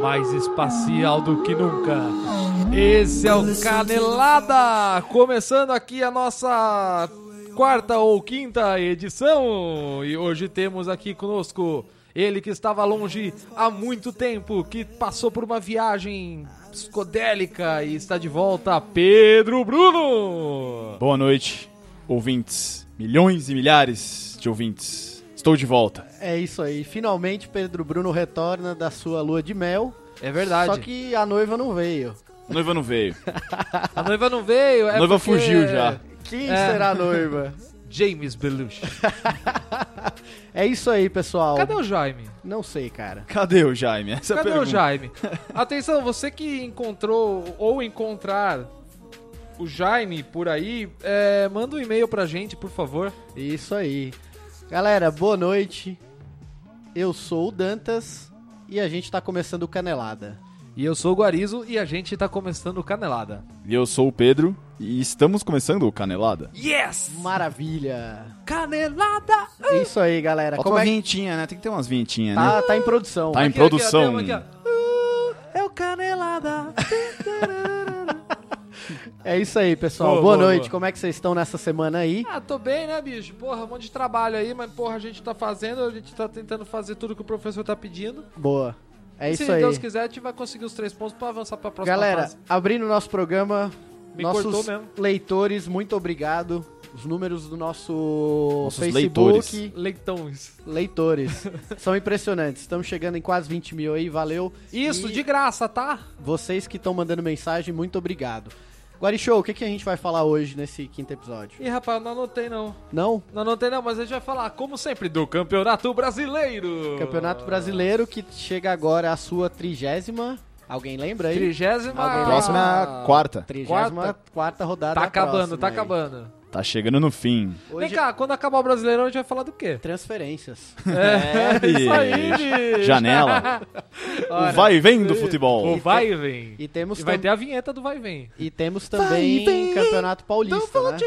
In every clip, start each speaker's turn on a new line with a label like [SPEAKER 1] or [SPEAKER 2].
[SPEAKER 1] mais espacial do que nunca. Esse é o Canelada! Começando aqui a nossa quarta ou quinta edição. E hoje temos aqui conosco ele que estava longe há muito tempo, que passou por uma viagem psicodélica e está de volta, Pedro Bruno!
[SPEAKER 2] Boa noite, ouvintes. Milhões e milhares de ouvintes. Estou de volta.
[SPEAKER 3] É isso aí. Finalmente Pedro Bruno retorna da sua lua de mel.
[SPEAKER 1] É verdade.
[SPEAKER 3] Só que a noiva não veio.
[SPEAKER 2] A noiva não veio.
[SPEAKER 1] A noiva não veio, é
[SPEAKER 2] A noiva
[SPEAKER 1] porque-
[SPEAKER 2] fugiu já.
[SPEAKER 3] Quem
[SPEAKER 1] É.
[SPEAKER 3] será a noiva?
[SPEAKER 1] James Belushi.
[SPEAKER 3] É isso aí, pessoal.
[SPEAKER 1] Cadê o Jaime?
[SPEAKER 3] Não sei, cara.
[SPEAKER 2] Cadê o Jaime? Essa é a
[SPEAKER 1] Cadê o
[SPEAKER 2] pergunta.
[SPEAKER 1] Jaime? Atenção, você que encontrou ou encontrar o Jaime por aí, é, manda um e-mail pra gente, por favor.
[SPEAKER 3] Isso aí. Galera, boa noite. Eu sou o Dantas e a gente tá começando o Canelada.
[SPEAKER 1] E eu sou o Guarizo e a gente tá começando o Canelada.
[SPEAKER 2] E eu sou o Pedro e estamos começando o Canelada.
[SPEAKER 1] Yes!
[SPEAKER 3] Maravilha.
[SPEAKER 1] Canelada!
[SPEAKER 3] É isso aí, galera.
[SPEAKER 2] Falta
[SPEAKER 3] Como
[SPEAKER 2] uma
[SPEAKER 3] é que
[SPEAKER 2] vinhetinha, né? Tem que ter umas vinhetinhas, né?
[SPEAKER 3] tá? Tá em produção.
[SPEAKER 2] Tá em
[SPEAKER 1] ó,
[SPEAKER 2] produção.
[SPEAKER 1] tem uma ó. Uh, é o Canelada.
[SPEAKER 3] É isso aí, pessoal.
[SPEAKER 1] Boa,
[SPEAKER 3] Boa,
[SPEAKER 1] boa,
[SPEAKER 3] noite.
[SPEAKER 1] boa.
[SPEAKER 3] Como é que vocês estão nessa semana aí?
[SPEAKER 1] ah, tô bem, né, bicho? Porra, um monte de trabalho aí, mas porra, a gente tá fazendo, a gente tá tentando fazer tudo que o professor tá pedindo.
[SPEAKER 3] Boa. É
[SPEAKER 1] E
[SPEAKER 3] isso
[SPEAKER 1] se
[SPEAKER 3] aí.
[SPEAKER 1] Deus quiser, a gente vai conseguir os três pontos pra avançar pra próxima
[SPEAKER 3] Galera,
[SPEAKER 1] fase.
[SPEAKER 3] abrindo o nosso programa,
[SPEAKER 1] Me cortou
[SPEAKER 3] nossos
[SPEAKER 1] mesmo.
[SPEAKER 3] leitores, muito obrigado. Os números do nosso
[SPEAKER 2] Nossos
[SPEAKER 3] Facebook, leitores.
[SPEAKER 2] leitores.
[SPEAKER 1] Leitões.
[SPEAKER 3] são impressionantes. Estamos chegando em quase 20 mil aí, valeu.
[SPEAKER 1] Isso,
[SPEAKER 3] E
[SPEAKER 1] de graça, tá?
[SPEAKER 3] Vocês que estão mandando mensagem, muito obrigado. Guarichou, o que, que a gente vai falar hoje nesse quinto episódio?
[SPEAKER 1] Ih, rapaz, não anotei não.
[SPEAKER 3] Não?
[SPEAKER 1] Não anotei não, mas a gente vai falar, como sempre, do Campeonato Brasileiro.
[SPEAKER 3] Campeonato Brasileiro que chega agora à sua trigésima. Alguém lembra aí?
[SPEAKER 1] Trigésima...
[SPEAKER 3] Alguém lembra?
[SPEAKER 2] Próxima é a quarta.
[SPEAKER 3] Trigésima quarta rodada.
[SPEAKER 1] Tá
[SPEAKER 3] é a
[SPEAKER 1] acabando,
[SPEAKER 3] próxima
[SPEAKER 1] tá
[SPEAKER 3] aí.
[SPEAKER 1] acabando.
[SPEAKER 2] Tá chegando no fim.
[SPEAKER 3] Hoje,
[SPEAKER 1] Vem cá, quando acabar o Brasileirão, a gente vai falar do quê?
[SPEAKER 3] transferências.
[SPEAKER 1] É, isso aí,
[SPEAKER 2] bicho.
[SPEAKER 1] bicho.
[SPEAKER 2] Janela.
[SPEAKER 3] É, Ora,
[SPEAKER 2] o vai e vem do
[SPEAKER 1] O
[SPEAKER 2] futebol.
[SPEAKER 1] vai e vem.
[SPEAKER 3] E temos
[SPEAKER 1] E vai
[SPEAKER 3] tam-
[SPEAKER 1] ter a vinheta do vai e vem.
[SPEAKER 3] E temos
[SPEAKER 1] Vai,
[SPEAKER 3] também
[SPEAKER 1] vem,
[SPEAKER 3] Campeonato Paulista, né?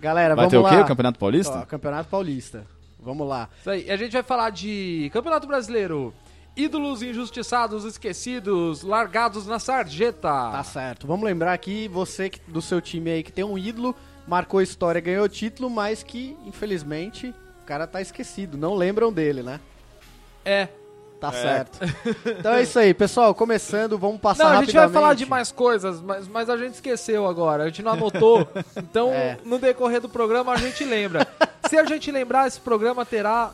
[SPEAKER 3] Galera,
[SPEAKER 2] Vai
[SPEAKER 3] vamos
[SPEAKER 2] ter o
[SPEAKER 3] lá.
[SPEAKER 2] quê? O Campeonato
[SPEAKER 3] Ó,
[SPEAKER 2] Paulista?
[SPEAKER 3] Campeonato Paulista. Vamos lá.
[SPEAKER 1] Isso aí. E a gente vai falar de Campeonato Brasileiro. Ídolos injustiçados, esquecidos, largados na sarjeta.
[SPEAKER 2] Ah.
[SPEAKER 3] Tá certo. Vamos lembrar que você que- do seu time aí que tem um ídolo, marcou história, ganhou título, mas que, infelizmente, o cara tá esquecido. Não lembram dele, né?
[SPEAKER 1] É.
[SPEAKER 3] Tá certo. Então é isso aí, pessoal. Começando, vamos passar
[SPEAKER 1] não, a gente vai
[SPEAKER 3] rapidamente.
[SPEAKER 1] falar de mais coisas, mas, mas a gente esqueceu agora, a gente não anotou. Então,
[SPEAKER 3] É.
[SPEAKER 1] no decorrer do programa, a gente lembra. Se a gente lembrar, esse programa terá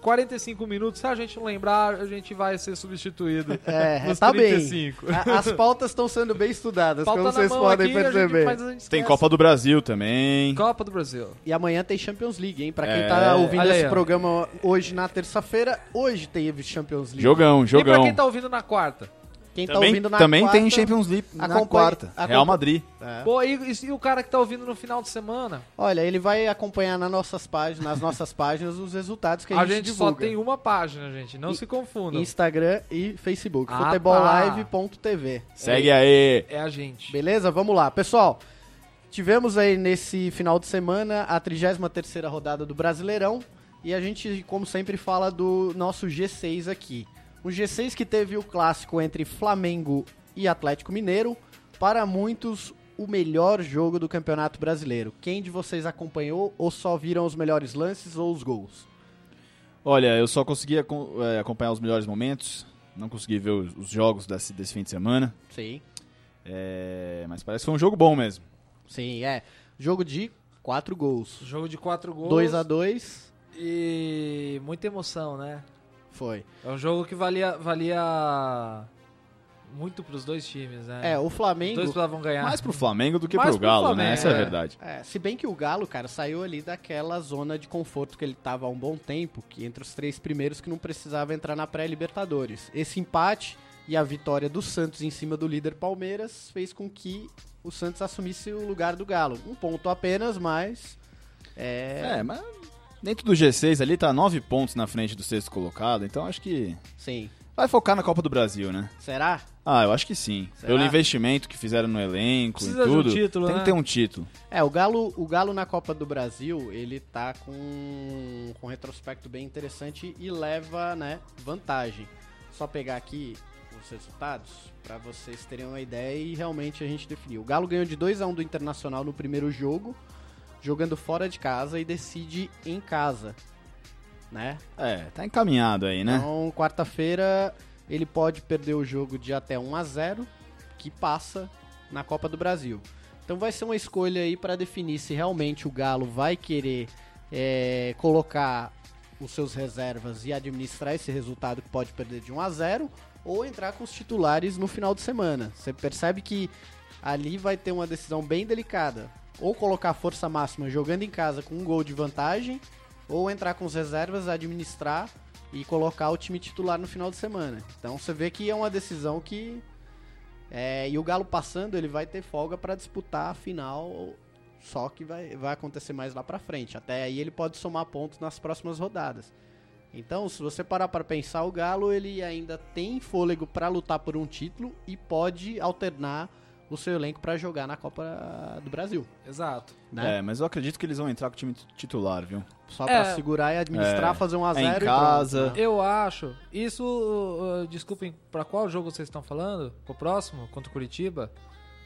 [SPEAKER 1] 45 minutos. Se a gente não lembrar, a gente vai ser substituído.
[SPEAKER 3] É,
[SPEAKER 1] nos
[SPEAKER 3] tá bem.
[SPEAKER 1] 35.
[SPEAKER 3] A- As pautas estão sendo bem estudadas,
[SPEAKER 1] Falta
[SPEAKER 3] como vocês
[SPEAKER 1] na mão
[SPEAKER 3] podem
[SPEAKER 1] aqui, A
[SPEAKER 3] perceber.
[SPEAKER 1] gente, assim. mas a gente
[SPEAKER 2] Tem
[SPEAKER 1] esquece.
[SPEAKER 2] Copa do Brasil também.
[SPEAKER 1] Copa do Brasil.
[SPEAKER 3] E amanhã tem Champions League, hein? Pra quem
[SPEAKER 2] É.
[SPEAKER 3] tá ouvindo
[SPEAKER 1] Olha aí,
[SPEAKER 3] esse
[SPEAKER 1] ó.
[SPEAKER 3] programa hoje na terça-feira, hoje teve Champions League.
[SPEAKER 2] Jogão,
[SPEAKER 1] E pra
[SPEAKER 2] jogão.
[SPEAKER 1] quem tá ouvindo na quarta.
[SPEAKER 3] Quem tá
[SPEAKER 2] Também,
[SPEAKER 3] ouvindo na
[SPEAKER 2] também tem
[SPEAKER 3] quarta-
[SPEAKER 2] Champions League na
[SPEAKER 3] acompanhe-
[SPEAKER 2] quarta. Real
[SPEAKER 3] acompanhe-
[SPEAKER 2] Madrid.
[SPEAKER 3] É.
[SPEAKER 1] Pô, e, e- e o cara que tá ouvindo no final de semana?
[SPEAKER 3] Olha, ele vai acompanhar nas nossas páginas, nas nossas páginas os resultados que a,
[SPEAKER 1] A, gente, só
[SPEAKER 3] divulga.
[SPEAKER 1] tem uma página, gente. Não
[SPEAKER 3] E-
[SPEAKER 1] se confundam.
[SPEAKER 3] Instagram e Facebook,
[SPEAKER 1] Ah,
[SPEAKER 3] futebollive.tv.
[SPEAKER 2] Segue aí.
[SPEAKER 1] É a gente.
[SPEAKER 3] Beleza? Vamos lá. Pessoal, tivemos aí nesse final de semana a 33ª rodada do Brasileirão e a gente, como sempre, fala do nosso G6 aqui. O G6 que teve o clássico entre Flamengo e Atlético Mineiro, para muitos o melhor jogo do Campeonato Brasileiro. Quem de vocês acompanhou ou só viram os melhores lances ou os gols?
[SPEAKER 2] Olha, eu só consegui acom- eh, acompanhar os melhores momentos. Não consegui ver os, os jogos desse, desse fim de semana.
[SPEAKER 3] Sim.
[SPEAKER 2] Eh, mas parece que foi um jogo bom mesmo.
[SPEAKER 3] Sim, é. Jogo de quatro gols.
[SPEAKER 1] Jogo de quatro gols.
[SPEAKER 3] 2 a 2
[SPEAKER 1] E muita emoção, né?
[SPEAKER 3] foi.
[SPEAKER 1] É um jogo que valia, valia muito pros dois times, né?
[SPEAKER 3] É, o
[SPEAKER 1] Os
[SPEAKER 3] Flamengo...
[SPEAKER 1] dois precisavam ganhar.
[SPEAKER 2] Mais pro Flamengo do que
[SPEAKER 1] É. Mais
[SPEAKER 2] pro
[SPEAKER 1] pro
[SPEAKER 2] Galo,
[SPEAKER 1] Flamengo,
[SPEAKER 2] né? Essa é a
[SPEAKER 1] é.
[SPEAKER 2] verdade.
[SPEAKER 3] É, se bem que o Galo, cara, saiu ali daquela zona de conforto que ele tava há um bom tempo, que entre os três primeiros que não precisava entrar na pré-Libertadores. Esse empate e a vitória do Santos em cima do líder Palmeiras fez com que o Santos assumisse o lugar do Galo. Um ponto apenas, mas. É.
[SPEAKER 2] É, mas dentro do G6 ali tá nove pontos na frente do sexto colocado. Então acho que
[SPEAKER 3] Sim.
[SPEAKER 2] vai focar na Copa do Brasil, né?
[SPEAKER 3] Será?
[SPEAKER 2] Ah, eu acho que sim.
[SPEAKER 3] Será?
[SPEAKER 2] Pelo investimento que fizeram no elenco
[SPEAKER 1] Precisa
[SPEAKER 2] e
[SPEAKER 1] de um
[SPEAKER 2] tudo.
[SPEAKER 1] título,
[SPEAKER 2] tem
[SPEAKER 1] né?
[SPEAKER 2] que ter um título.
[SPEAKER 3] É, o Galo, o Galo na Copa do Brasil, ele tá com, com um retrospecto bem interessante e leva, né, vantagem. Só pegar aqui os resultados para vocês terem uma ideia e realmente a gente definiu. O Galo ganhou de 2 a 1 do Internacional no primeiro jogo, jogando fora de casa e decide em casa, né?
[SPEAKER 2] É, tá encaminhado aí, né?
[SPEAKER 3] Então, quarta-feira ele pode perder o jogo de até 1 a 0, que passa na Copa do Brasil. Então vai ser uma escolha aí para definir se realmente o Galo vai querer é, colocar os seus reservas e administrar esse resultado que pode perder de 1 a 0 ou entrar com os titulares no final de semana. Você percebe que ali vai ter uma decisão bem delicada. Ou colocar a força máxima jogando em casa com um gol de vantagem, ou entrar com os reservas, administrar e colocar o time titular no final de semana. Então você vê que é uma decisão que. é, e o Galo passando, ele vai ter folga para disputar a final, só que vai, vai acontecer mais lá para frente. Até aí ele pode somar pontos nas próximas rodadas. Então, se você parar para pensar, o Galo ele ainda tem fôlego para lutar por um título e pode alternar o seu elenco para jogar na Copa do Brasil,
[SPEAKER 1] Exato.
[SPEAKER 3] né?
[SPEAKER 2] É, mas eu acredito que eles vão entrar com o time titular, viu?
[SPEAKER 3] Só para
[SPEAKER 1] É.
[SPEAKER 3] segurar e administrar,
[SPEAKER 2] É.
[SPEAKER 3] fazer um a
[SPEAKER 2] É em
[SPEAKER 3] zero e pronto,
[SPEAKER 2] casa.
[SPEAKER 3] né?
[SPEAKER 1] Eu acho. Isso. uh, desculpem, pra qual jogo vocês estão falando? O próximo? Contra o Curitiba?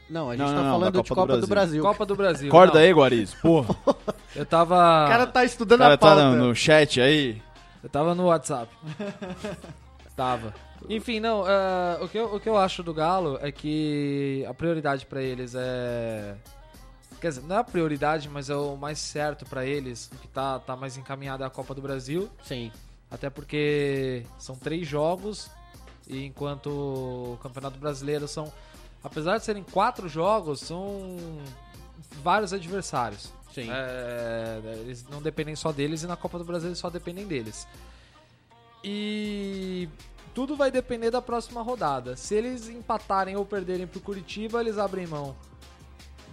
[SPEAKER 3] Não, a gente
[SPEAKER 2] Não,
[SPEAKER 3] tá
[SPEAKER 2] não, não,
[SPEAKER 3] falando
[SPEAKER 2] da
[SPEAKER 3] de
[SPEAKER 2] Copa do
[SPEAKER 3] Copa do Brasil.
[SPEAKER 1] Copa do Brasil.
[SPEAKER 2] Acorda
[SPEAKER 1] Não,
[SPEAKER 2] aí, Guariz. Porra,
[SPEAKER 1] Eu tava.
[SPEAKER 3] O cara tá
[SPEAKER 2] o
[SPEAKER 3] estudando
[SPEAKER 2] Ah. cara
[SPEAKER 3] a pauta.
[SPEAKER 2] tá no, no chat aí.
[SPEAKER 1] Eu tava no WhatsApp. tava. Enfim, não, ah, o, que eu, o que eu acho do Galo é que a prioridade pra eles é. Quer dizer, não é a prioridade, mas é o mais certo pra eles, o que tá, tá mais encaminhado é a Copa do Brasil.
[SPEAKER 3] Sim.
[SPEAKER 1] Até porque são três jogos, e enquanto o Campeonato Brasileiro são. Apesar de serem quatro jogos, são vários adversários.
[SPEAKER 3] Sim.
[SPEAKER 1] É, eles não dependem só deles e na Copa do Brasil eles só dependem deles. E tudo vai depender da próxima rodada. Se eles empatarem ou perderem pro Curitiba, eles abrem mão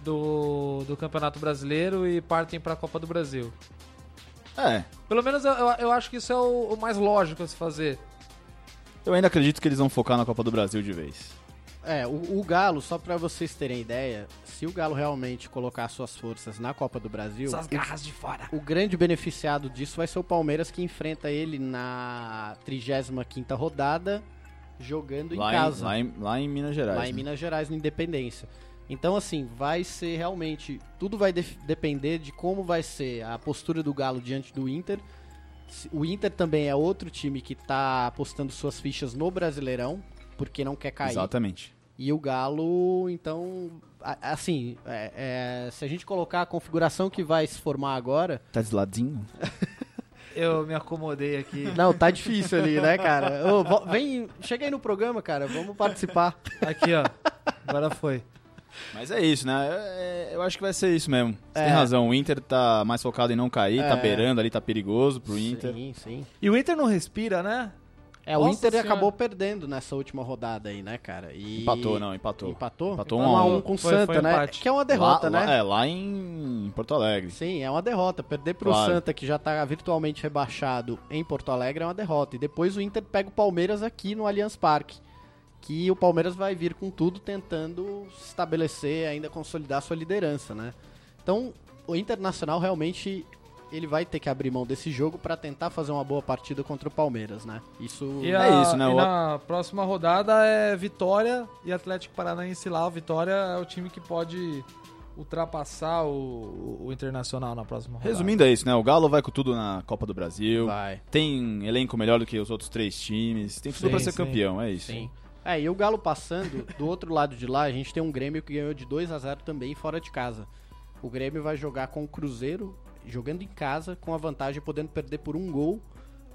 [SPEAKER 1] do, do Campeonato Brasileiro e partem pra Copa do Brasil.
[SPEAKER 2] É,
[SPEAKER 1] Pelo menos eu, eu, eu acho que isso é o, o mais lógico a se fazer.
[SPEAKER 2] eu ainda acredito que eles vão focar na Copa do Brasil de vez.
[SPEAKER 3] É, o, o Galo, só pra vocês terem ideia, se o Galo realmente colocar suas forças na Copa do Brasil,
[SPEAKER 1] Essas garras de fora.
[SPEAKER 3] o grande beneficiado disso vai ser o Palmeiras que enfrenta ele na 35ª rodada, jogando
[SPEAKER 2] Lá
[SPEAKER 3] em
[SPEAKER 2] em,
[SPEAKER 3] casa,
[SPEAKER 2] lá, em, lá em Minas Gerais.
[SPEAKER 3] lá em
[SPEAKER 2] né?
[SPEAKER 3] Minas Gerais, no Independência. Então, assim, vai ser realmente. Tudo vai def- depender de como vai ser a postura do Galo diante do Inter. Se- O Inter também é outro time que tá apostando suas fichas no Brasileirão, porque não quer cair.
[SPEAKER 2] Exatamente.
[SPEAKER 3] E o Galo, então, a- assim, é- é, se a gente colocar a configuração que vai se formar agora.
[SPEAKER 2] Tá desladinho?
[SPEAKER 1] Eu me acomodei aqui.
[SPEAKER 3] Não, tá difícil ali, né, cara? Ô, vo- vem, chega aí no programa, cara, vamos participar.
[SPEAKER 1] Aqui, ó. Agora foi.
[SPEAKER 2] Mas é isso, né? É- é- eu acho que vai ser isso mesmo. Você
[SPEAKER 3] É.
[SPEAKER 2] tem razão. O Inter tá mais focado em não cair, tá beirando ali, tá perigoso pro Inter.
[SPEAKER 3] Sim, sim.
[SPEAKER 1] E o Inter não respira, né?
[SPEAKER 3] É, o
[SPEAKER 1] Nossa
[SPEAKER 3] Inter
[SPEAKER 1] Senhora.
[SPEAKER 3] acabou perdendo nessa última rodada aí, né, cara? E-
[SPEAKER 2] Empatou, não, empatou.
[SPEAKER 3] Empatou?
[SPEAKER 2] Empatou
[SPEAKER 3] um a
[SPEAKER 2] um
[SPEAKER 3] um
[SPEAKER 2] a um.
[SPEAKER 3] com o
[SPEAKER 1] Foi- foi
[SPEAKER 3] Santa, né?
[SPEAKER 1] empate.
[SPEAKER 3] Que é uma derrota,
[SPEAKER 2] Lá-
[SPEAKER 3] né?
[SPEAKER 2] lá- É, lá em Porto Alegre.
[SPEAKER 3] Sim, é uma derrota. Perder pro
[SPEAKER 2] Claro.
[SPEAKER 3] Santa, que já tá virtualmente rebaixado em Porto Alegre, é uma derrota. E depois o Inter pega o Palmeiras aqui no Allianz Parque. Que o Palmeiras vai vir com tudo tentando se estabelecer, ainda consolidar sua liderança, né? Então, o Internacional realmente ele vai ter que abrir mão desse jogo pra tentar fazer uma boa partida contra o Palmeiras, né? Isso
[SPEAKER 1] E
[SPEAKER 2] É
[SPEAKER 1] a-
[SPEAKER 2] isso, né?
[SPEAKER 1] E
[SPEAKER 2] O-
[SPEAKER 1] na próxima rodada é Vitória e Atlético Paranaense lá. O Vitória é o time que pode ultrapassar o, o Internacional na próxima rodada.
[SPEAKER 2] Resumindo, é isso, né? O Galo vai com tudo na Copa do Brasil.
[SPEAKER 3] vai.
[SPEAKER 2] Tem elenco melhor do que os outros três times. Tem tudo
[SPEAKER 1] Sim,
[SPEAKER 2] pra ser
[SPEAKER 1] sim.
[SPEAKER 2] campeão, é isso.
[SPEAKER 3] Sim. É, e o Galo passando, do outro lado de lá, a gente tem um Grêmio que ganhou de 2 a 0 também fora de casa. O Grêmio vai jogar com o Cruzeiro, jogando em casa, com a vantagem podendo perder por um gol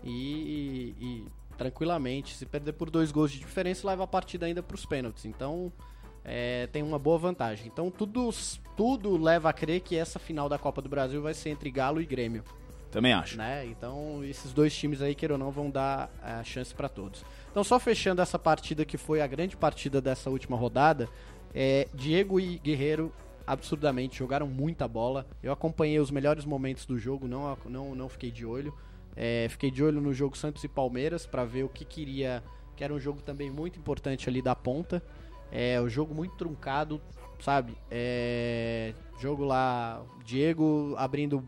[SPEAKER 3] e, e- tranquilamente. Se perder por dois gols de diferença, leva a partida ainda para os pênaltis. Então, é, tem uma boa vantagem. Então, tudo, tudo leva a crer que essa final da Copa do Brasil vai ser entre Galo e Grêmio
[SPEAKER 2] Também acho.
[SPEAKER 3] né? Então, esses dois times aí, queira ou não, vão dar eh, a chance pra todos. Então, só fechando essa partida que foi a grande partida dessa última rodada, é, Diego e Guerreiro absurdamente jogaram muita bola. Eu acompanhei os melhores momentos do jogo, não, não, não fiquei de olho. É, fiquei de olho no jogo Santos e Palmeiras pra ver o que queria, que era um jogo também muito importante ali da ponta. É, o jogo muito truncado, sabe? É, jogo lá, Diego abrindo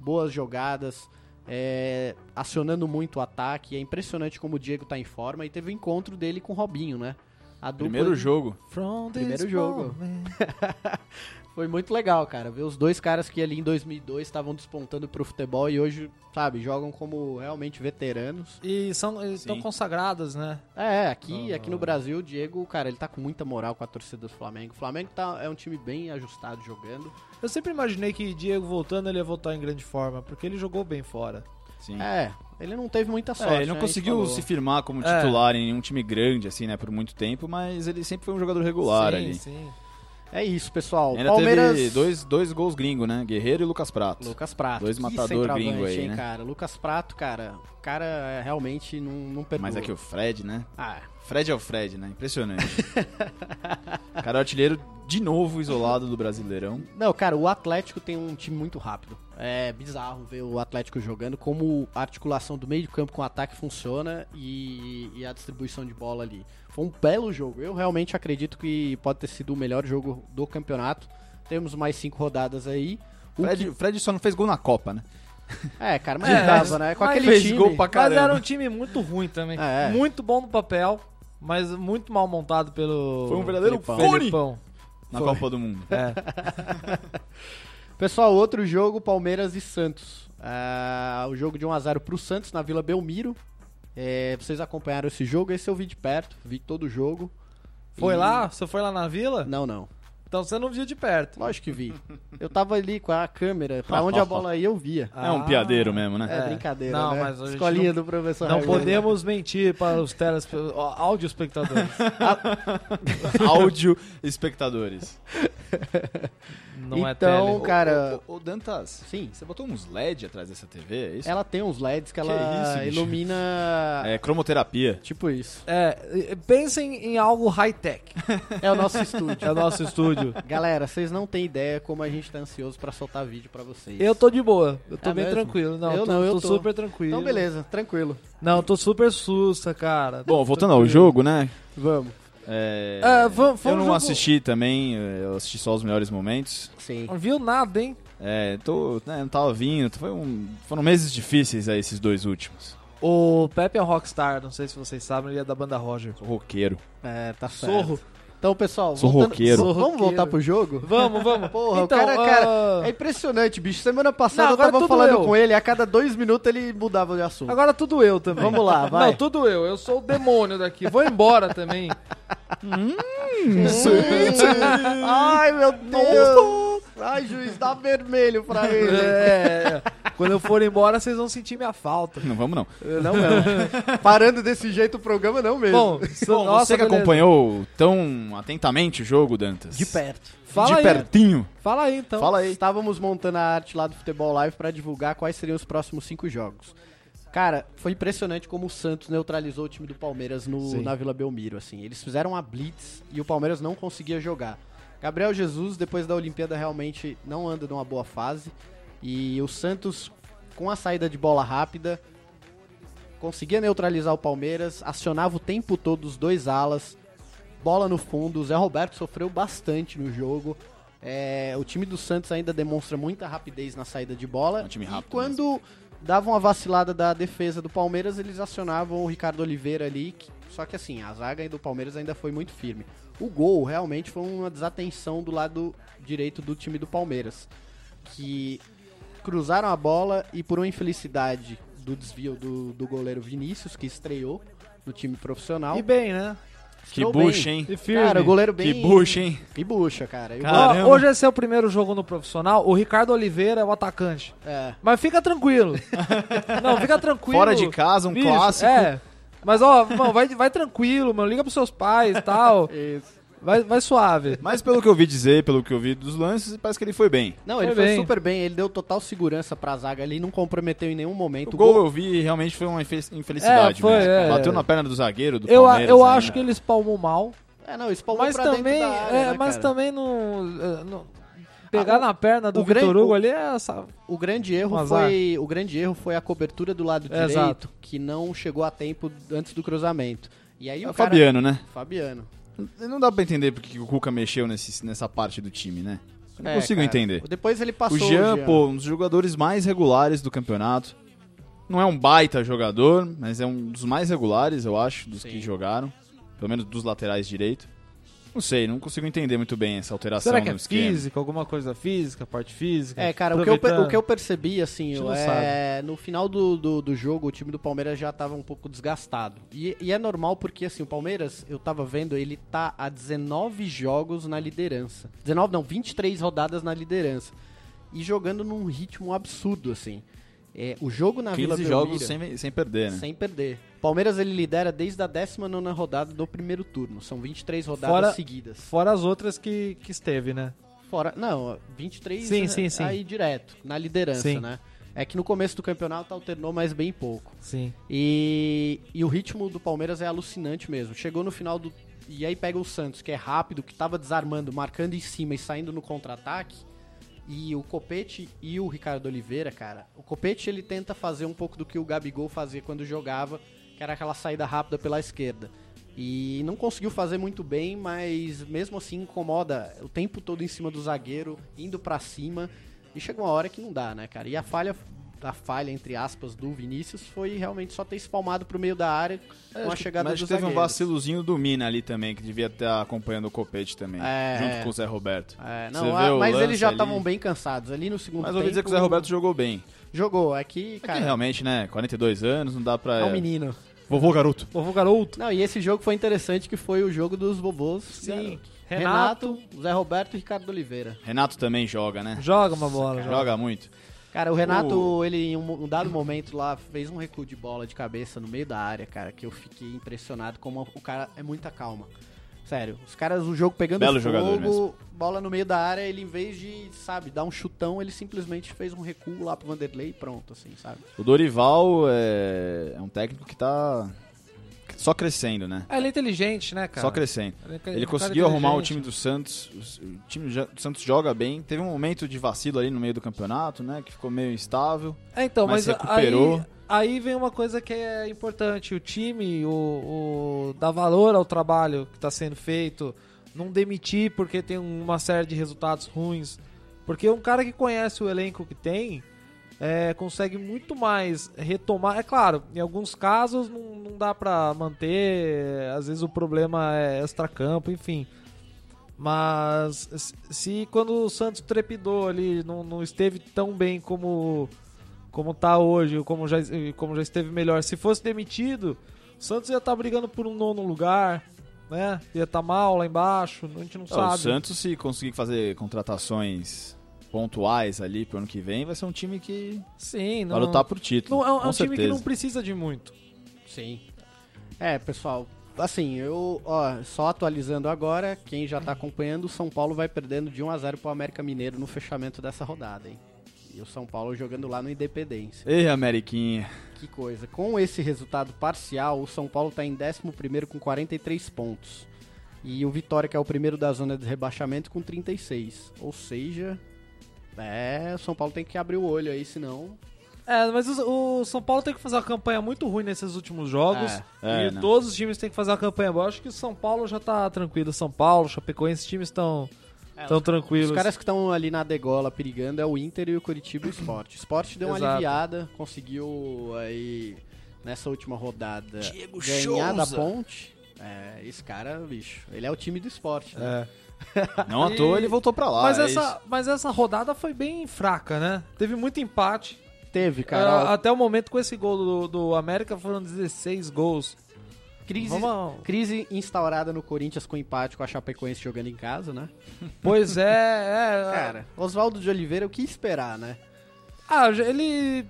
[SPEAKER 3] boas jogadas, é, acionando muito o ataque. É impressionante como o Diego tá em forma. E teve o encontro dele com o Robinho, né? A dupla- né?
[SPEAKER 2] Primeiro jogo.
[SPEAKER 1] From
[SPEAKER 3] Primeiro
[SPEAKER 1] this
[SPEAKER 3] jogo.
[SPEAKER 1] moment.
[SPEAKER 3] Foi muito legal, cara, ver os dois caras que ali em 2002 estavam despontando pro futebol e hoje, sabe, jogam como realmente veteranos.
[SPEAKER 1] E são, estão
[SPEAKER 2] Sim.
[SPEAKER 1] consagrados, né?
[SPEAKER 3] É, aqui,
[SPEAKER 1] Ah.
[SPEAKER 3] aqui no Brasil, o Diego, cara, ele tá com muita moral com a torcida do Flamengo. O Flamengo tá, é um time bem ajustado jogando.
[SPEAKER 1] Eu sempre imaginei que Diego voltando ele ia voltar em grande forma, porque ele jogou bem fora.
[SPEAKER 2] Sim.
[SPEAKER 3] É, ele não teve muita sorte.
[SPEAKER 2] É, ele não
[SPEAKER 3] né, a gente
[SPEAKER 2] conseguiu
[SPEAKER 3] falou.
[SPEAKER 2] se firmar como
[SPEAKER 1] É.
[SPEAKER 2] titular em um time grande, assim, né, por muito tempo, mas ele sempre foi um jogador regular
[SPEAKER 1] sim,
[SPEAKER 2] ali.
[SPEAKER 1] sim.
[SPEAKER 3] É isso, pessoal.
[SPEAKER 2] Ainda
[SPEAKER 3] Palmeiras.
[SPEAKER 2] teve dois, dois gols gringo, né? Guerreiro e Lucas Prato.
[SPEAKER 3] Lucas Prato.
[SPEAKER 2] Dois
[SPEAKER 3] que
[SPEAKER 2] matador
[SPEAKER 3] centroavante,
[SPEAKER 2] gringo aí,
[SPEAKER 3] hein,
[SPEAKER 2] né?
[SPEAKER 3] cara. Lucas Prato, cara, o cara é, realmente não, não perdoa.
[SPEAKER 2] Mas é que o Fred, né?
[SPEAKER 3] Ah,
[SPEAKER 2] Fred é o Fred, né? Impressionante. cara, é o artilheiro de novo isolado do Brasileirão.
[SPEAKER 3] Não, cara, o Atlético tem um time muito rápido. É bizarro ver o Atlético jogando, como a articulação do meio de campo com o ataque funciona e, e a distribuição de bola ali. Foi um belo jogo. Eu realmente acredito que pode ter sido o melhor jogo do campeonato. Temos mais cinco rodadas aí. O
[SPEAKER 2] Fred, o Fred só não fez gol na Copa, né?
[SPEAKER 3] que- É, cara, mas
[SPEAKER 1] É,
[SPEAKER 3] não dava, né? Com
[SPEAKER 1] mas
[SPEAKER 3] aquele
[SPEAKER 2] fez
[SPEAKER 3] time.
[SPEAKER 2] gol pra
[SPEAKER 1] Mas
[SPEAKER 2] caramba.
[SPEAKER 1] era um time muito ruim também.
[SPEAKER 3] É.
[SPEAKER 1] Muito bom no papel, mas muito mal montado pelo.
[SPEAKER 2] Foi um verdadeiro
[SPEAKER 1] Felipão.
[SPEAKER 2] cone.
[SPEAKER 1] Felipão.
[SPEAKER 2] Na
[SPEAKER 1] Foi.
[SPEAKER 2] Copa do Mundo.
[SPEAKER 1] É.
[SPEAKER 3] Pessoal, outro jogo, Palmeiras e Santos. Ah, o jogo de 1x0 pro Santos na Vila Belmiro. É, vocês acompanharam esse jogo, esse eu vi de perto, vi todo o jogo.
[SPEAKER 1] Foi
[SPEAKER 3] E-
[SPEAKER 1] lá? Você foi lá na vila?
[SPEAKER 3] Não, não.
[SPEAKER 1] Então você não viu de perto.
[SPEAKER 3] Lógico que vi. Eu tava ali com a câmera, pra onde a bola ia eu via.
[SPEAKER 2] É um
[SPEAKER 1] Ah.
[SPEAKER 2] piadeiro mesmo, né?
[SPEAKER 3] É, brincadeira,
[SPEAKER 1] Não,
[SPEAKER 3] né?
[SPEAKER 1] mas a gente
[SPEAKER 3] Escolinha do professor
[SPEAKER 1] Ah, Não
[SPEAKER 3] Raimundo.
[SPEAKER 1] podemos mentir para os telespe... ó, audiospectadores.
[SPEAKER 2] Áudio espectadores.
[SPEAKER 1] Não é
[SPEAKER 3] Então,
[SPEAKER 1] tele.
[SPEAKER 3] Cara-
[SPEAKER 2] Ô, ô, ô, Dantas,
[SPEAKER 3] Sim.
[SPEAKER 2] você botou uns LED atrás dessa TV, é isso?
[SPEAKER 3] Ela tem uns LEDs que
[SPEAKER 2] Que
[SPEAKER 3] ela
[SPEAKER 2] isso, bicho?
[SPEAKER 3] ilumina...
[SPEAKER 2] É cromoterapia.
[SPEAKER 3] Tipo isso.
[SPEAKER 1] É, e- pensem em algo high-tech.
[SPEAKER 3] É o nosso estúdio.
[SPEAKER 1] É o nosso estúdio.
[SPEAKER 3] Galera, vocês não têm ideia como a gente tá ansioso pra soltar vídeo pra vocês.
[SPEAKER 1] Eu tô de boa. Eu tô
[SPEAKER 3] É
[SPEAKER 1] bem
[SPEAKER 3] mesmo?
[SPEAKER 1] tranquilo. Não,
[SPEAKER 3] Eu
[SPEAKER 1] tô,
[SPEAKER 3] não, eu tô.
[SPEAKER 1] super tranquilo.
[SPEAKER 3] Então beleza, tranquilo.
[SPEAKER 1] Não, tô super sussa, cara.
[SPEAKER 2] Bom, voltando ao jogo, né?
[SPEAKER 3] Vamos.
[SPEAKER 2] É,
[SPEAKER 1] É, foi- foi
[SPEAKER 2] eu
[SPEAKER 1] um
[SPEAKER 2] não
[SPEAKER 1] jogo-
[SPEAKER 2] assisti também, eu assisti só os melhores momentos.
[SPEAKER 3] Sim.
[SPEAKER 1] Não viu nada, hein?
[SPEAKER 2] É, tô, né, não tava vindo, foi um- foram meses difíceis aí esses dois últimos.
[SPEAKER 1] O Pepe é um rockstar, não sei se vocês sabem, ele é da banda Roger.
[SPEAKER 2] Sou roqueiro.
[SPEAKER 3] É, tá certo.
[SPEAKER 1] Sorro.
[SPEAKER 3] Então, pessoal,
[SPEAKER 2] Sou
[SPEAKER 3] voltando-
[SPEAKER 2] roqueiro.
[SPEAKER 3] Vamos
[SPEAKER 1] Sou roqueiro.
[SPEAKER 3] voltar pro jogo?
[SPEAKER 1] Vamos, vamos.
[SPEAKER 3] Porra, o
[SPEAKER 1] então,
[SPEAKER 3] cara,
[SPEAKER 1] ah,
[SPEAKER 3] cara, é impressionante, bicho. Semana
[SPEAKER 1] Não,
[SPEAKER 3] passada eu
[SPEAKER 1] agora
[SPEAKER 3] tava
[SPEAKER 1] tudo
[SPEAKER 3] falando
[SPEAKER 1] eu.
[SPEAKER 3] com ele, a cada dois minutos ele mudava de assunto.
[SPEAKER 1] Agora tudo eu também.
[SPEAKER 3] Vamos lá, vai.
[SPEAKER 1] Não, tudo eu. Eu sou o demônio daqui. Vou embora também.
[SPEAKER 3] Ai, meu Deus! Ai, juiz, dá vermelho pra ele.
[SPEAKER 1] É, quando eu for embora, vocês vão sentir minha falta.
[SPEAKER 2] Não vamos não.
[SPEAKER 3] Não, não. Parando desse jeito o programa, não
[SPEAKER 1] É,
[SPEAKER 3] mesmo.
[SPEAKER 1] Bom, so-
[SPEAKER 2] Bom,
[SPEAKER 1] nossa,
[SPEAKER 2] você que
[SPEAKER 1] beleza.
[SPEAKER 2] acompanhou tão atentamente o jogo, Dantas.
[SPEAKER 3] de perto.
[SPEAKER 1] Fala
[SPEAKER 2] de
[SPEAKER 1] aí,
[SPEAKER 2] pertinho.
[SPEAKER 1] fala aí então.
[SPEAKER 2] Fala aí.
[SPEAKER 3] Estávamos montando a arte lá do Futebol Live pra divulgar quais seriam os próximos cinco jogos. Cara, foi impressionante como o Santos neutralizou o time do Palmeiras no,
[SPEAKER 1] Sim.
[SPEAKER 3] na Vila Belmiro, assim. Eles fizeram a blitz e o Palmeiras não conseguia jogar. Gabriel Jesus, depois da Olimpíada, realmente não anda numa boa fase. E o Santos, com a saída de bola rápida, conseguia neutralizar o Palmeiras, acionava o tempo todo os dois alas, bola no fundo. O Zé Roberto sofreu bastante no jogo. É, o time do Santos ainda demonstra muita rapidez na saída de bola.
[SPEAKER 2] É um time
[SPEAKER 3] e
[SPEAKER 2] rápido
[SPEAKER 3] quando dava uma vacilada da defesa do Palmeiras, eles acionavam o Ricardo Oliveira ali. que- só que assim, a zaga do Palmeiras ainda foi muito firme. O gol realmente foi uma desatenção do lado direito do time do Palmeiras. Que cruzaram a bola e por uma infelicidade do desvio do, do goleiro Vinícius, que estreou no time profissional.
[SPEAKER 1] E bem, né?
[SPEAKER 2] Que
[SPEAKER 3] Estou
[SPEAKER 2] bucha,
[SPEAKER 3] bem.
[SPEAKER 2] hein?
[SPEAKER 1] E firme.
[SPEAKER 3] Cara, o goleiro bem...
[SPEAKER 2] Que bucha, hein?
[SPEAKER 3] Que bucha, cara. E o
[SPEAKER 1] Ó,
[SPEAKER 2] Cara. Caramba.
[SPEAKER 1] hoje esse é o primeiro jogo no profissional. O Ricardo Oliveira é o atacante.
[SPEAKER 3] gol- é.
[SPEAKER 1] Mas fica tranquilo. Não, fica tranquilo.
[SPEAKER 2] Fora de casa, um
[SPEAKER 1] Bicho,
[SPEAKER 2] clássico.
[SPEAKER 1] É. Mas, ó, mano, vai, vai tranquilo, mano. Liga pros seus pais e tal.
[SPEAKER 3] Isso.
[SPEAKER 1] Vai, vai suave.
[SPEAKER 2] Mas pelo que eu ouvi dizer, pelo que eu vi dos lances, parece que ele foi bem.
[SPEAKER 3] Não, ele
[SPEAKER 1] Foi
[SPEAKER 3] foi
[SPEAKER 1] bem.
[SPEAKER 3] super bem, ele deu total segurança pra zaga ali, não comprometeu em nenhum momento.
[SPEAKER 2] O gol eu vi e realmente foi uma infelic-
[SPEAKER 1] É,
[SPEAKER 2] infelicidade
[SPEAKER 1] foi,
[SPEAKER 2] mesmo.
[SPEAKER 1] é.
[SPEAKER 2] Bateu na perna do zagueiro do
[SPEAKER 1] Eu, a-
[SPEAKER 2] Palmeiras.
[SPEAKER 1] eu
[SPEAKER 2] ainda.
[SPEAKER 1] acho que ele espalmou mal.
[SPEAKER 3] É, não, espalmou
[SPEAKER 1] Mas
[SPEAKER 3] pra
[SPEAKER 1] também,
[SPEAKER 3] dentro da área,
[SPEAKER 1] é,
[SPEAKER 3] né,
[SPEAKER 1] mas
[SPEAKER 3] cara?
[SPEAKER 1] também não, é, não- pegar
[SPEAKER 3] Ah, o-
[SPEAKER 1] na perna do
[SPEAKER 3] o grande-
[SPEAKER 1] Vitor Hugo
[SPEAKER 3] o-
[SPEAKER 1] ali é essa.
[SPEAKER 3] O grande erro
[SPEAKER 1] Um azar.
[SPEAKER 3] foi o grande erro foi a cobertura do lado
[SPEAKER 1] É,
[SPEAKER 3] direito,
[SPEAKER 1] exato.
[SPEAKER 3] que não chegou a tempo antes do cruzamento. E aí
[SPEAKER 2] É
[SPEAKER 3] o,
[SPEAKER 2] o
[SPEAKER 3] cara-
[SPEAKER 2] Fabiano, né?
[SPEAKER 3] Fabiano.
[SPEAKER 2] Não dá pra entender porque que o Cuca mexeu nesse, nessa parte do time, né? Eu não
[SPEAKER 3] É,
[SPEAKER 2] consigo
[SPEAKER 3] cara.
[SPEAKER 2] entender.
[SPEAKER 3] Depois ele
[SPEAKER 2] O
[SPEAKER 3] passou
[SPEAKER 2] Jean, pô, um dos jogadores mais regulares do campeonato. não é um baita jogador, mas é um dos mais regulares, eu acho, dos que jogaram. Pelo menos dos laterais direito. Não sei, não consigo entender muito bem essa alteração
[SPEAKER 1] Será que
[SPEAKER 2] no
[SPEAKER 1] é
[SPEAKER 2] um esquema.
[SPEAKER 1] física, alguma coisa física, parte física?
[SPEAKER 3] É, cara, o que, eu, pe-
[SPEAKER 1] Aproveitando.
[SPEAKER 3] o que eu percebi, assim,
[SPEAKER 1] gente não
[SPEAKER 3] é, no final do, do, do jogo, o time do Palmeiras já tava um pouco desgastado. E, e é normal porque, assim, o Palmeiras, eu tava vendo, ele tá a 19 jogos na liderança. 19 não, 23 rodadas na liderança. E jogando num ritmo absurdo, assim. É, o jogo na Vila
[SPEAKER 2] 15
[SPEAKER 3] Belmiro...
[SPEAKER 2] jogos sem, sem perder, né?
[SPEAKER 3] Sem perder. Palmeiras ele lidera desde a 19 rodada do primeiro turno. São 23 rodadas
[SPEAKER 1] Fora-
[SPEAKER 3] seguidas.
[SPEAKER 1] Fora as outras que, que esteve, né?
[SPEAKER 3] Fora. Não, 23
[SPEAKER 1] Sim,
[SPEAKER 3] né,
[SPEAKER 1] sim, sim.
[SPEAKER 3] aí direto, na liderança,
[SPEAKER 1] Sim.
[SPEAKER 3] né? É que no começo do campeonato alternou, mas bem pouco.
[SPEAKER 1] Sim.
[SPEAKER 3] E, e o ritmo do Palmeiras é alucinante mesmo. Chegou no final do. E aí pega o Santos, que é rápido, que tava desarmando, marcando em cima e saindo no contra-ataque. E o Copete e o Ricardo Oliveira, cara. O Copete ele tenta fazer um pouco do que o Gabigol fazia quando jogava, que era aquela saída rápida pela esquerda. E não conseguiu fazer muito bem, mas mesmo assim incomoda o tempo todo em cima do zagueiro, indo pra cima. E chega uma hora que não dá, né, cara? E a falha, a falha entre aspas, do Vinícius foi realmente só ter espalmado pro meio da área com
[SPEAKER 2] É, Acho
[SPEAKER 3] a
[SPEAKER 2] que-
[SPEAKER 3] chegada
[SPEAKER 2] mas
[SPEAKER 3] do
[SPEAKER 2] teve
[SPEAKER 3] zagueiro.
[SPEAKER 2] um vacilozinho do Mina ali também, que devia estar acompanhando o Copete também,
[SPEAKER 3] É.
[SPEAKER 2] junto com o Zé Roberto.
[SPEAKER 3] É,
[SPEAKER 2] Você
[SPEAKER 3] não,
[SPEAKER 2] vê
[SPEAKER 3] ah,
[SPEAKER 2] o
[SPEAKER 3] mas
[SPEAKER 2] lance
[SPEAKER 3] eles já
[SPEAKER 2] ali.
[SPEAKER 3] estavam bem cansados. Ali no segundo
[SPEAKER 2] Mas eu
[SPEAKER 3] tempo.
[SPEAKER 2] ouvi dizer que o Zé Roberto jogou bem.
[SPEAKER 3] jogou. É que,
[SPEAKER 2] É que
[SPEAKER 3] cara,
[SPEAKER 2] realmente, né, 42 anos, não dá pra...
[SPEAKER 3] é, um menino.
[SPEAKER 2] Vovô garoto.
[SPEAKER 1] Vovô Garoto.
[SPEAKER 3] Não, e esse jogo foi interessante que foi o jogo dos vovôs. Sim.
[SPEAKER 1] Renato.
[SPEAKER 3] Renato, Zé Roberto e Ricardo Oliveira.
[SPEAKER 2] Renato também joga, né?
[SPEAKER 1] Joga uma bola. joga.
[SPEAKER 2] Joga muito.
[SPEAKER 3] Cara, o Renato, ele em um mo- um dado momento lá fez um recuo de bola de cabeça no meio da área, cara, que eu fiquei impressionado como o cara é muita calma. Sério, os caras o jogo pegando
[SPEAKER 2] Belo
[SPEAKER 3] fogo,
[SPEAKER 2] jogador mesmo.
[SPEAKER 3] bola no meio da área, ele em vez de, sabe, dar um chutão, ele simplesmente fez um recuo lá pro Vanderlei e pronto, assim, sabe?
[SPEAKER 2] O Dorival é, é um técnico que tá só crescendo, né?
[SPEAKER 1] Ah, ele é inteligente, né, cara?
[SPEAKER 2] Só crescendo.
[SPEAKER 1] Ele é um cara
[SPEAKER 2] Ele conseguiu arrumar o
[SPEAKER 1] inteligente.
[SPEAKER 2] time do Santos. O time já- do Santos joga bem. Teve um momento de vacilo ali no meio do campeonato, né? Que ficou meio instável.
[SPEAKER 1] É, então,
[SPEAKER 2] mas
[SPEAKER 1] mas,
[SPEAKER 2] recuperou.
[SPEAKER 1] aí, aí vem uma coisa que é importante. O time, o, o- dá valor ao trabalho que está sendo feito. Não demitir porque tem uma série de resultados ruins. Porque um cara que conhece o elenco que tem é, consegue muito mais retomar. É claro, em alguns casos não, não dá para manter. Às vezes o problema é extracampo, enfim. Mas se- se quando o Santos trepidou ali, não, não esteve tão bem como como tá hoje, como já, como já esteve melhor. Se fosse demitido, o Santos ia estar brigando por um nono lugar, né? Ia estar mal lá embaixo, a gente não
[SPEAKER 2] Ah, O
[SPEAKER 1] sabe.
[SPEAKER 2] Santos, se conseguir fazer contratações pontuais ali pro ano que vem, vai ser um time que
[SPEAKER 1] Sim, não.
[SPEAKER 2] vai lutar por título.
[SPEAKER 1] não, é um, é
[SPEAKER 2] tá com
[SPEAKER 1] um time que
[SPEAKER 2] certeza.
[SPEAKER 1] não precisa de muito.
[SPEAKER 3] Sim. É, pessoal, assim, eu, ó, só atualizando agora, quem já tá acompanhando, o São Paulo vai perdendo de 1 a 0 pro América Mineiro no fechamento dessa rodada, hein? E o São Paulo jogando lá no Independência.
[SPEAKER 2] Ei, Ameriquinha.
[SPEAKER 3] Que coisa. Com esse resultado parcial, o São Paulo tá em 11º com 43 pontos. E o Vitória, que é o primeiro da zona de rebaixamento, com 36. Ou seja, é, o São Paulo tem que abrir o olho aí, senão...
[SPEAKER 1] É, mas o, o São Paulo tem que fazer uma campanha muito ruim nesses últimos jogos.
[SPEAKER 2] É, é,
[SPEAKER 1] e
[SPEAKER 2] não.
[SPEAKER 1] todos os times têm que fazer uma campanha boa. Eu Acho que o São Paulo já tá tranquilo. São Paulo, Chapecoense, esses times estão tão tranquilos.
[SPEAKER 3] Os caras que estão ali na degola perigando é o Inter e o Curitiba e o Sport. O Sport deu uma
[SPEAKER 1] Exato.
[SPEAKER 3] aliviada, conseguiu aí nessa última rodada ganhar da ponte. É, esse cara, bicho, ele é o time do esporte, né?
[SPEAKER 1] É.
[SPEAKER 2] Não à
[SPEAKER 1] E-
[SPEAKER 2] toa ele voltou pra lá.
[SPEAKER 1] mas,
[SPEAKER 2] é isso.
[SPEAKER 1] essa, mas essa rodada foi bem fraca, né? Teve muito empate.
[SPEAKER 3] Teve, cara.
[SPEAKER 1] Ah, até o momento com esse gol do, do América foram 16 gols.
[SPEAKER 3] crise,
[SPEAKER 1] vamos-
[SPEAKER 3] crise instaurada no Corinthians com empate com a Chapecoense jogando em casa, né?
[SPEAKER 1] Pois é, é.
[SPEAKER 3] Cara, Oswaldo de Oliveira, o que esperar, né?
[SPEAKER 1] Ah, ele.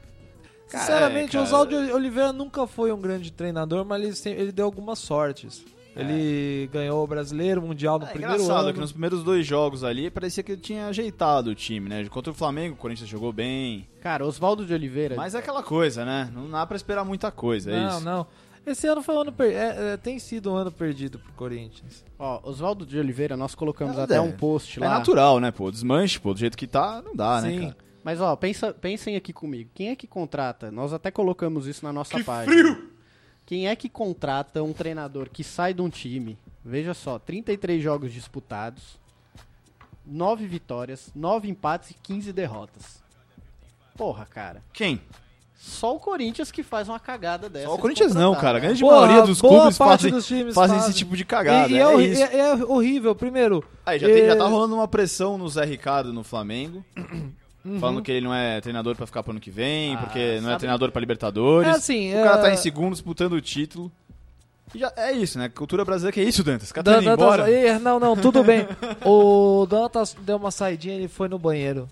[SPEAKER 1] Sinceramente,
[SPEAKER 2] cara.
[SPEAKER 1] o Oswaldo Oliveira nunca foi um grande treinador, mas ele, se- ele deu algumas sortes. Ele ganhou o brasileiro, o mundial no
[SPEAKER 2] É
[SPEAKER 1] primeiro
[SPEAKER 2] engraçado
[SPEAKER 1] ano.
[SPEAKER 2] que nos primeiros dois jogos ali parecia que ele tinha ajeitado o time, né? Contra o Flamengo, o Corinthians jogou bem.
[SPEAKER 3] Cara, Oswaldo de Oliveira.
[SPEAKER 2] Mas é aquela coisa, né? Não dá pra esperar muita coisa, é
[SPEAKER 1] Não,
[SPEAKER 2] isso.
[SPEAKER 1] não. Esse ano foi um ano per... é, é, tem sido um ano perdido pro Corinthians.
[SPEAKER 3] Ó, Oswaldo de Oliveira, nós colocamos
[SPEAKER 2] Nada.
[SPEAKER 3] até um post lá.
[SPEAKER 2] É natural, né, pô? Desmanche, pô, do jeito que tá, não dá, né,
[SPEAKER 1] Sim.
[SPEAKER 2] cara?
[SPEAKER 3] Mas ó, pensa, pensem aqui comigo. Quem é que contrata? Nós até colocamos isso na nossa página. Frio! Quem é que contrata um treinador que sai de um time? Veja só, 33 jogos disputados, 9 vitórias, 9 empates e 15 derrotas. Porra, cara.
[SPEAKER 2] Quem?
[SPEAKER 3] Só o Corinthians que faz uma cagada dessa.
[SPEAKER 2] Só o
[SPEAKER 3] de
[SPEAKER 2] Corinthians não,
[SPEAKER 3] contratar,
[SPEAKER 2] cara. A
[SPEAKER 3] né?
[SPEAKER 2] grande
[SPEAKER 1] Porra,
[SPEAKER 2] maioria dos
[SPEAKER 1] boa
[SPEAKER 2] clubes
[SPEAKER 1] parte
[SPEAKER 2] fazem,
[SPEAKER 1] dos times
[SPEAKER 2] fazem
[SPEAKER 1] fazem.
[SPEAKER 2] esse tipo de cagada.
[SPEAKER 1] E, e
[SPEAKER 2] é
[SPEAKER 1] é, horri-
[SPEAKER 2] isso.
[SPEAKER 1] é- é horrível. Primeiro.
[SPEAKER 2] Aí já,
[SPEAKER 1] é-
[SPEAKER 2] tem- já tá rolando uma pressão no Zé Ricardo no Flamengo, falando que ele não é treinador pra ficar pro ano que vem,
[SPEAKER 3] Ah,
[SPEAKER 2] porque não é
[SPEAKER 3] sabe-
[SPEAKER 2] treinador pra Libertadores.
[SPEAKER 1] É assim,
[SPEAKER 2] o cara
[SPEAKER 1] é-
[SPEAKER 2] tá em segundo disputando o título. E já é isso, né? Cultura brasileira que é isso, Dantas. O cara
[SPEAKER 1] Dan-
[SPEAKER 2] tá indo
[SPEAKER 1] Dan-
[SPEAKER 2] embora.
[SPEAKER 1] Ih, é, não, não, tudo bem. O Dantas deu uma saidinha, ele foi no banheiro.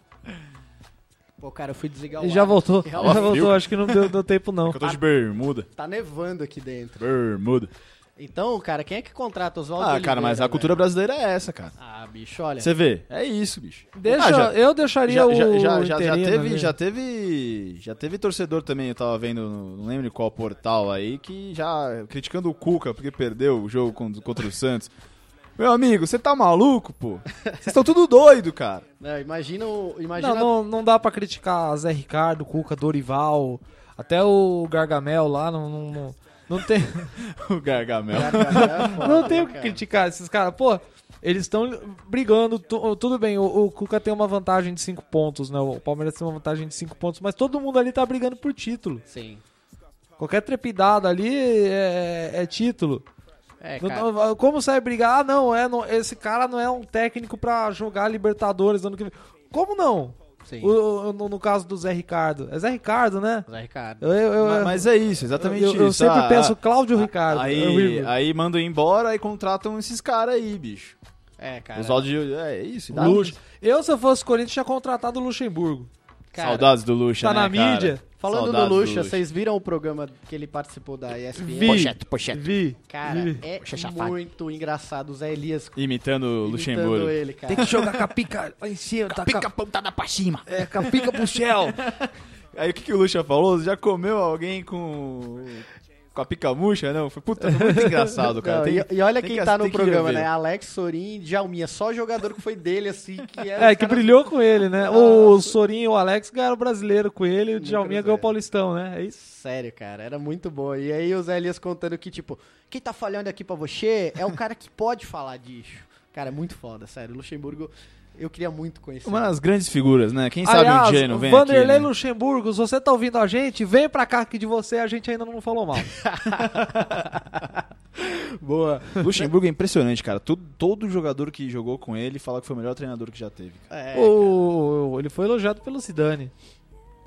[SPEAKER 3] Pô, cara, eu fui
[SPEAKER 2] Tá
[SPEAKER 3] desligar o
[SPEAKER 1] E já
[SPEAKER 3] ar.
[SPEAKER 1] voltou. Já
[SPEAKER 2] Tava frio.
[SPEAKER 1] voltou, acho que não deu, deu tempo, não.
[SPEAKER 2] É Eu tô de bermuda.
[SPEAKER 3] Tá nevando aqui dentro.
[SPEAKER 2] Bermuda.
[SPEAKER 3] Então, cara, quem é que contrata os
[SPEAKER 2] Ah, cara, mas a
[SPEAKER 1] né?
[SPEAKER 2] cultura brasileira é essa, cara.
[SPEAKER 3] Ah, bicho, olha.
[SPEAKER 2] Você vê? É isso, bicho.
[SPEAKER 1] Deixa,
[SPEAKER 2] Ah, já-
[SPEAKER 1] eu deixaria
[SPEAKER 2] já,
[SPEAKER 1] o.
[SPEAKER 2] já, já, já, já
[SPEAKER 1] interino
[SPEAKER 2] teve,
[SPEAKER 1] ali.
[SPEAKER 2] já teve. Já teve torcedor também, eu tava vendo, no- não lembro qual portal aí, que já criticando o Cuca porque perdeu o jogo con- contra o Santos. Meu amigo, você tá maluco, pô? Vocês estão tudo doido, cara.
[SPEAKER 3] Não, né, imagina o. Imagina
[SPEAKER 1] Não, não, não dá pra criticar Zé Ricardo, Cuca, Dorival, até o Gargamel lá, não. Não, não, não tem,
[SPEAKER 2] O Gargamel.
[SPEAKER 1] não tem o que criticar esses caras. Pô, eles estão brigando. tu- tudo bem, o, o Cuca tem uma vantagem de 5 pontos, né? O Palmeiras tem uma vantagem de 5 pontos, mas todo mundo ali tá brigando por título.
[SPEAKER 3] Sim.
[SPEAKER 1] Qualquer trepidada ali é, é título.
[SPEAKER 3] É,
[SPEAKER 1] Não-
[SPEAKER 3] cara.
[SPEAKER 1] não- como sai brigar? Ah, não, é, não- esse cara não é um técnico pra jogar Libertadores ano que vem. Como não?
[SPEAKER 3] Sim.
[SPEAKER 1] O- o- no, no caso do Zé Ricardo. É Zé Ricardo, né?
[SPEAKER 3] Zé Ricardo.
[SPEAKER 1] Eu, eu- eu-
[SPEAKER 2] Mas, mas é isso, exatamente
[SPEAKER 1] eu-
[SPEAKER 2] isso.
[SPEAKER 1] eu sempre
[SPEAKER 2] Ah,
[SPEAKER 1] penso Cláudio
[SPEAKER 2] ah,
[SPEAKER 1] Ricardo. é Eu
[SPEAKER 2] Aí,
[SPEAKER 1] vivo.
[SPEAKER 2] aí mandam embora e contratam esses caras aí, bicho.
[SPEAKER 3] É, cara.
[SPEAKER 2] Os áudios. É isso, dá-
[SPEAKER 1] Luxo. Eu, se eu fosse Corinthians, tinha contratado o Luxemburgo.
[SPEAKER 3] Cara,
[SPEAKER 2] Saudades do Luxa,
[SPEAKER 1] tá
[SPEAKER 2] né,
[SPEAKER 1] na
[SPEAKER 2] cara?
[SPEAKER 1] mídia.
[SPEAKER 3] Falando
[SPEAKER 2] Saudades
[SPEAKER 3] do Lucha,
[SPEAKER 2] Luxa.
[SPEAKER 3] vocês viram o programa que ele participou da ESPN?
[SPEAKER 1] Vi. Pochete, Vi.
[SPEAKER 3] Cara,
[SPEAKER 1] vi.
[SPEAKER 3] é muito engraçado o Zé Elias
[SPEAKER 2] Imitando o
[SPEAKER 3] imitando
[SPEAKER 2] Luxemburgo.
[SPEAKER 3] ele, cara.
[SPEAKER 1] Tem que jogar com a pica lá em cima. tá com a-
[SPEAKER 2] pontada pra cima.
[SPEAKER 1] é, com a pica pro céu.
[SPEAKER 2] Aí o que, que o Lucha falou? Já comeu alguém com. com a picamucha? Não, foi puta, foi muito engraçado, cara.
[SPEAKER 3] Não,
[SPEAKER 2] Tem-
[SPEAKER 3] e, e olha
[SPEAKER 2] tem
[SPEAKER 3] quem
[SPEAKER 2] que-
[SPEAKER 3] tá
[SPEAKER 2] tem
[SPEAKER 3] no
[SPEAKER 2] que
[SPEAKER 3] programa,
[SPEAKER 2] rever.
[SPEAKER 3] né? Alex Sorin, Djalminha, só jogador que foi dele, assim, que era
[SPEAKER 1] É,
[SPEAKER 3] os
[SPEAKER 1] que
[SPEAKER 3] caras-
[SPEAKER 1] brilhou com ele, né? O Sorinho e o Alex ganharam o brasileiro com ele e o
[SPEAKER 3] Nunca
[SPEAKER 1] Djalminha
[SPEAKER 3] nos
[SPEAKER 1] ganhou o
[SPEAKER 3] é.
[SPEAKER 1] Paulistão, né? É isso.
[SPEAKER 3] Sério, cara, era muito bom. E aí o Zé Elias contando que, tipo, quem tá falhando aqui pra você é o cara que pode falar disso. Cara, é muito foda, sério. O Luxemburgo, eu queria muito conhecer.
[SPEAKER 2] Uma das grandes figuras, né? Quem sabe
[SPEAKER 1] Aliás,
[SPEAKER 2] um dia não vem
[SPEAKER 1] Vanderlei
[SPEAKER 2] aqui, né?
[SPEAKER 1] Luxemburgo, se você tá ouvindo a gente, vem pra cá que de você a gente ainda não falou mal.
[SPEAKER 3] Boa.
[SPEAKER 2] Luxemburgo é impressionante, cara. Todo, todo jogador que jogou com ele fala que foi o melhor treinador que já teve. cara.
[SPEAKER 3] É,
[SPEAKER 1] O- ele foi elogiado pelo Zidane.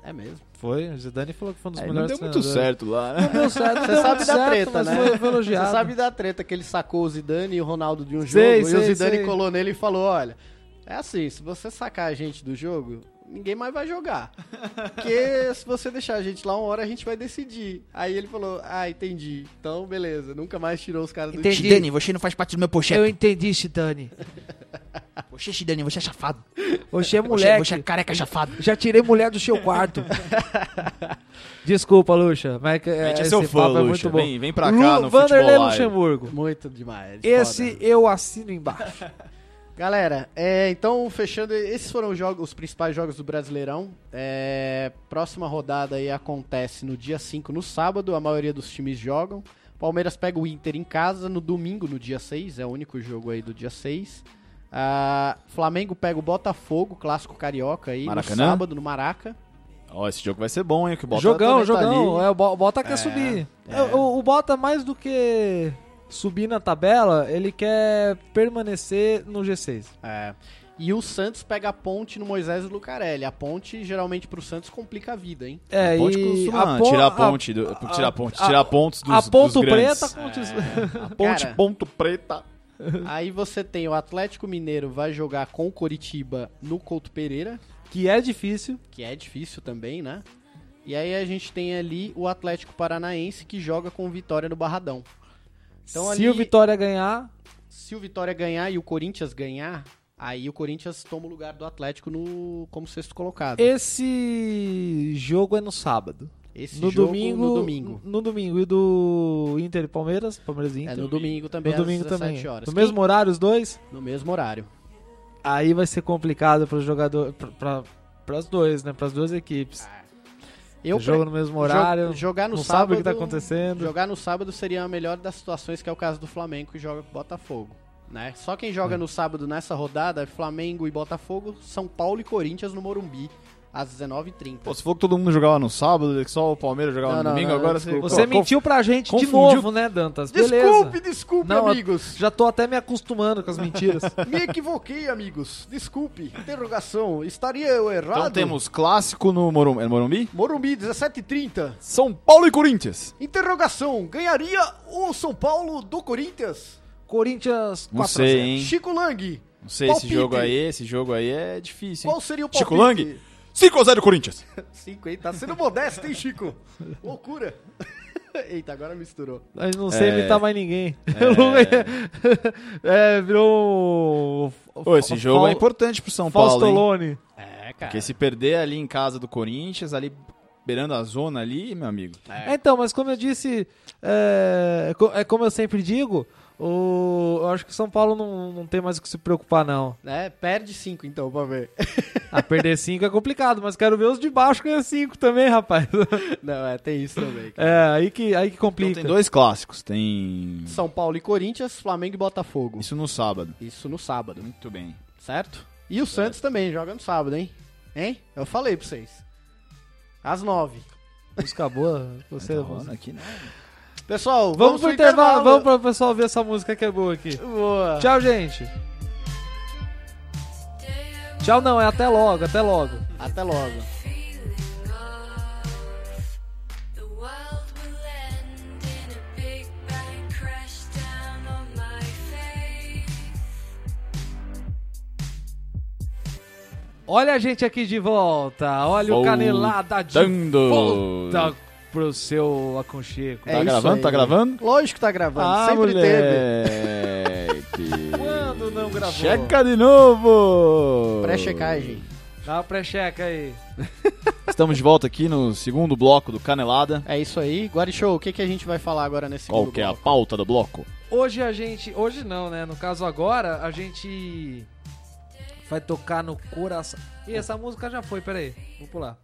[SPEAKER 3] cara, é mesmo.
[SPEAKER 1] Foi, o Zidane falou que foi um dos
[SPEAKER 3] É,
[SPEAKER 2] Aí É, não
[SPEAKER 1] melhores
[SPEAKER 2] deu muito
[SPEAKER 1] treinadores.
[SPEAKER 2] certo lá, né?
[SPEAKER 1] Não deu certo, não
[SPEAKER 3] Você
[SPEAKER 1] deu
[SPEAKER 3] sabe
[SPEAKER 1] muito
[SPEAKER 3] da
[SPEAKER 1] certo,
[SPEAKER 3] treta,
[SPEAKER 1] mas
[SPEAKER 3] né?
[SPEAKER 1] foi- foi
[SPEAKER 3] Você
[SPEAKER 1] elogiado.
[SPEAKER 3] sabe da treta que ele sacou o Zidane e o Ronaldo de um jogo
[SPEAKER 1] Sei,
[SPEAKER 3] e o
[SPEAKER 1] sei,
[SPEAKER 3] Zidane
[SPEAKER 1] sei.
[SPEAKER 3] colou nele e falou: olha, é assim, se você sacar a gente do jogo, ninguém mais vai jogar. Porque se você deixar a gente lá uma hora, a gente vai decidir. Aí ele falou: ah, entendi. Então, beleza. Nunca mais tirou os caras do time.
[SPEAKER 4] Dani, você não faz parte do meu projeto.
[SPEAKER 1] Eu entendi, Zidane.
[SPEAKER 4] Você, Dani, você é chafado.
[SPEAKER 1] Você é
[SPEAKER 4] Você,
[SPEAKER 1] moleque.
[SPEAKER 4] você é careca chafado.
[SPEAKER 1] Já tirei mulher do seu quarto. Desculpa, Luxa, mas que-
[SPEAKER 2] A gente é
[SPEAKER 1] esse
[SPEAKER 2] seu fã,
[SPEAKER 1] papo é
[SPEAKER 2] Luxa.
[SPEAKER 1] muito bom.
[SPEAKER 2] Vem- vem pra cá
[SPEAKER 1] Vanderlei
[SPEAKER 2] no Futebol Live. né?
[SPEAKER 1] Luxemburgo.
[SPEAKER 3] Muito demais.
[SPEAKER 1] Esse
[SPEAKER 3] foda.
[SPEAKER 1] eu assino embaixo.
[SPEAKER 3] Galera, é, então fechando, esses foram os, jogos, os principais jogos do Brasileirão. É, próxima rodada aí acontece no dia 5, no sábado, a maioria dos times jogam. Palmeiras pega o Inter em casa no domingo, no dia 6, é o único jogo aí do dia 6. Ah, Flamengo pega o Botafogo, clássico carioca aí,
[SPEAKER 2] Maracanã?
[SPEAKER 3] no sábado, no Maraca.
[SPEAKER 2] Ó, esse jogo vai ser bom, hein? Que o Bota
[SPEAKER 1] jogão,
[SPEAKER 2] também tá
[SPEAKER 1] jogão.
[SPEAKER 2] ali.
[SPEAKER 1] É, o Bo- Bota quer subir.
[SPEAKER 3] é.
[SPEAKER 1] O, o Bota, mais do que subir na tabela, ele quer permanecer no G6.
[SPEAKER 3] É. E o Santos pega a ponte no Moisés Lucarelli. A ponte, geralmente, pro Santos complica a vida, hein?
[SPEAKER 1] É,
[SPEAKER 2] A ponte
[SPEAKER 1] e
[SPEAKER 2] costuma
[SPEAKER 1] pon-
[SPEAKER 2] tirar a ponte, do-
[SPEAKER 1] a-
[SPEAKER 2] tirar a ponte,
[SPEAKER 1] a-
[SPEAKER 2] tirar pontos dos,
[SPEAKER 1] a ponto
[SPEAKER 2] dos grandes. É.
[SPEAKER 1] preta contra os-
[SPEAKER 2] A ponte,
[SPEAKER 3] Cara.
[SPEAKER 2] ponto preta.
[SPEAKER 3] Aí você tem o Atlético Mineiro vai jogar com o Coritiba no Couto Pereira,
[SPEAKER 1] que é difícil.
[SPEAKER 3] que é difícil também, né? E aí a gente tem ali o Atlético Paranaense que joga com o Vitória no Barradão. Então
[SPEAKER 1] Se
[SPEAKER 3] ali-
[SPEAKER 1] o Vitória ganhar,
[SPEAKER 3] Se o Vitória ganhar e o Corinthians ganhar, aí o Corinthians toma o lugar do Atlético no como sexto colocado.
[SPEAKER 1] esse jogo é no sábado.
[SPEAKER 3] Esse
[SPEAKER 1] no
[SPEAKER 3] jogo
[SPEAKER 1] domingo,
[SPEAKER 3] no domingo.
[SPEAKER 1] No domingo. E do Inter e Palmeiras? Palmeiras e Inter?
[SPEAKER 3] É no domingo também,
[SPEAKER 1] No domingo
[SPEAKER 3] às 17
[SPEAKER 1] também.
[SPEAKER 3] horas.
[SPEAKER 1] No
[SPEAKER 3] Quem-
[SPEAKER 1] mesmo horário, os dois?
[SPEAKER 3] no mesmo horário.
[SPEAKER 1] Aí vai ser complicado para jogador. para as dois, né? Para as duas equipes.
[SPEAKER 3] Ah, Eu
[SPEAKER 1] jogo
[SPEAKER 3] pre-
[SPEAKER 1] no mesmo
[SPEAKER 3] jo-
[SPEAKER 1] horário.
[SPEAKER 3] jogar no
[SPEAKER 1] não
[SPEAKER 3] sábado,
[SPEAKER 1] sabe o que tá acontecendo.
[SPEAKER 3] Jogar no sábado seria a melhor das situações, que é o caso do Flamengo que joga com o Botafogo. Né? Só quem joga no sábado nessa rodada é Flamengo e Botafogo, São Paulo e Corinthians no Morumbi. às 19h30.
[SPEAKER 2] Pô, se for que todo mundo jogava no sábado, que só o Palmeiras jogava
[SPEAKER 3] Não,
[SPEAKER 2] no
[SPEAKER 3] não,
[SPEAKER 2] domingo,
[SPEAKER 3] não,
[SPEAKER 2] agora
[SPEAKER 3] eu sei.
[SPEAKER 2] ficou-
[SPEAKER 1] Você
[SPEAKER 2] pô,
[SPEAKER 1] mentiu pra gente
[SPEAKER 2] confundiu-
[SPEAKER 1] de novo, né, Dantas?
[SPEAKER 3] Desculpe,
[SPEAKER 1] Beleza.
[SPEAKER 3] desculpe,
[SPEAKER 1] Não,
[SPEAKER 3] amigos.
[SPEAKER 1] Já tô até me acostumando com as mentiras.
[SPEAKER 3] Me equivoquei, amigos. Desculpe. Interrogação. Estaria eu errado?
[SPEAKER 2] Então temos clássico no Morumbi, é Morumbi?
[SPEAKER 3] Morumbi, 17h30.
[SPEAKER 2] São Paulo e Corinthians.
[SPEAKER 3] Interrogação. Ganharia o São Paulo do Corinthians?
[SPEAKER 1] Corinthians 4
[SPEAKER 2] Não
[SPEAKER 1] a
[SPEAKER 2] sei,
[SPEAKER 1] 0.
[SPEAKER 2] hein?
[SPEAKER 3] Chico Lang.
[SPEAKER 2] Não sei,
[SPEAKER 3] Palpite.
[SPEAKER 2] esse jogo aí, esse jogo aí é difícil, hein?
[SPEAKER 3] Qual seria o palpite?
[SPEAKER 2] Chico Lang? 5x0 Corinthians.
[SPEAKER 3] 5, hein? Tá sendo modesto, hein, Chico? Loucura. Eita, agora misturou.
[SPEAKER 1] Mas não sei
[SPEAKER 2] É.
[SPEAKER 1] imitar mais ninguém. O Lula é... virou um...
[SPEAKER 2] Ô, esse jogo
[SPEAKER 1] Fal-
[SPEAKER 2] é importante pro São Paulo, hein?
[SPEAKER 1] Faustolone.
[SPEAKER 3] É, cara.
[SPEAKER 2] Porque se perder ali em casa do Corinthians, ali beirando a zona ali, meu amigo.
[SPEAKER 1] É, Então, mas como eu disse, é, co- é como eu sempre digo, o, eu acho que o São Paulo não, não tem mais o que se preocupar, não.
[SPEAKER 3] É, perde 5 então, pra ver.
[SPEAKER 1] A perder 5 é complicado, mas quero ver os de baixo ganhar 5 também, rapaz.
[SPEAKER 3] Não, é, tem isso também. cara.
[SPEAKER 1] É, aí que, aí que
[SPEAKER 2] Então
[SPEAKER 1] complica.
[SPEAKER 2] tem dois clássicos, tem
[SPEAKER 3] São Paulo e Corinthians, Flamengo e Botafogo.
[SPEAKER 2] isso no sábado.
[SPEAKER 3] Isso no sábado,
[SPEAKER 2] Muito bem.
[SPEAKER 3] certo? E o Santos também joga no sábado, hein? Hein? Eu falei pra vocês. Às 9.
[SPEAKER 1] Música boa, você...
[SPEAKER 2] Tá rolando aqui, né?
[SPEAKER 3] Pessoal,
[SPEAKER 1] Então, Vamos
[SPEAKER 3] vamos,
[SPEAKER 1] pro intervalo, vamos para o pessoal ver essa música que é boa aqui.
[SPEAKER 3] Boa.
[SPEAKER 1] Tchau, gente. Tchau não, é até logo, até logo.
[SPEAKER 3] Até logo.
[SPEAKER 5] feeling of the world will end in a big bang crash down on my face.
[SPEAKER 1] Olha a gente aqui de volta. Olha o Canelada de
[SPEAKER 2] Voltando.
[SPEAKER 1] volta pro seu aconchego. É.
[SPEAKER 2] tá
[SPEAKER 3] É isso
[SPEAKER 2] gravando?
[SPEAKER 3] aí.
[SPEAKER 2] Tá gravando?
[SPEAKER 3] Lógico que tá gravando,
[SPEAKER 2] Ah,
[SPEAKER 3] sempre teve.
[SPEAKER 2] teve.
[SPEAKER 1] Quando não gravou?
[SPEAKER 2] Checa de novo!
[SPEAKER 3] Pré-checagem.
[SPEAKER 1] Dá uma pré-checa aí.
[SPEAKER 2] Estamos de volta aqui no segundo bloco do Canelada.
[SPEAKER 3] É isso aí. Guarichou, o que, que a gente vai falar agora nesse
[SPEAKER 2] Qual
[SPEAKER 3] segundo
[SPEAKER 2] que é a
[SPEAKER 3] bloco?
[SPEAKER 2] pauta do bloco?
[SPEAKER 1] Hoje a gente. Hoje não, né? No caso agora, a gente vai tocar no coração. Ih, essa música já foi, peraí. Vou pular.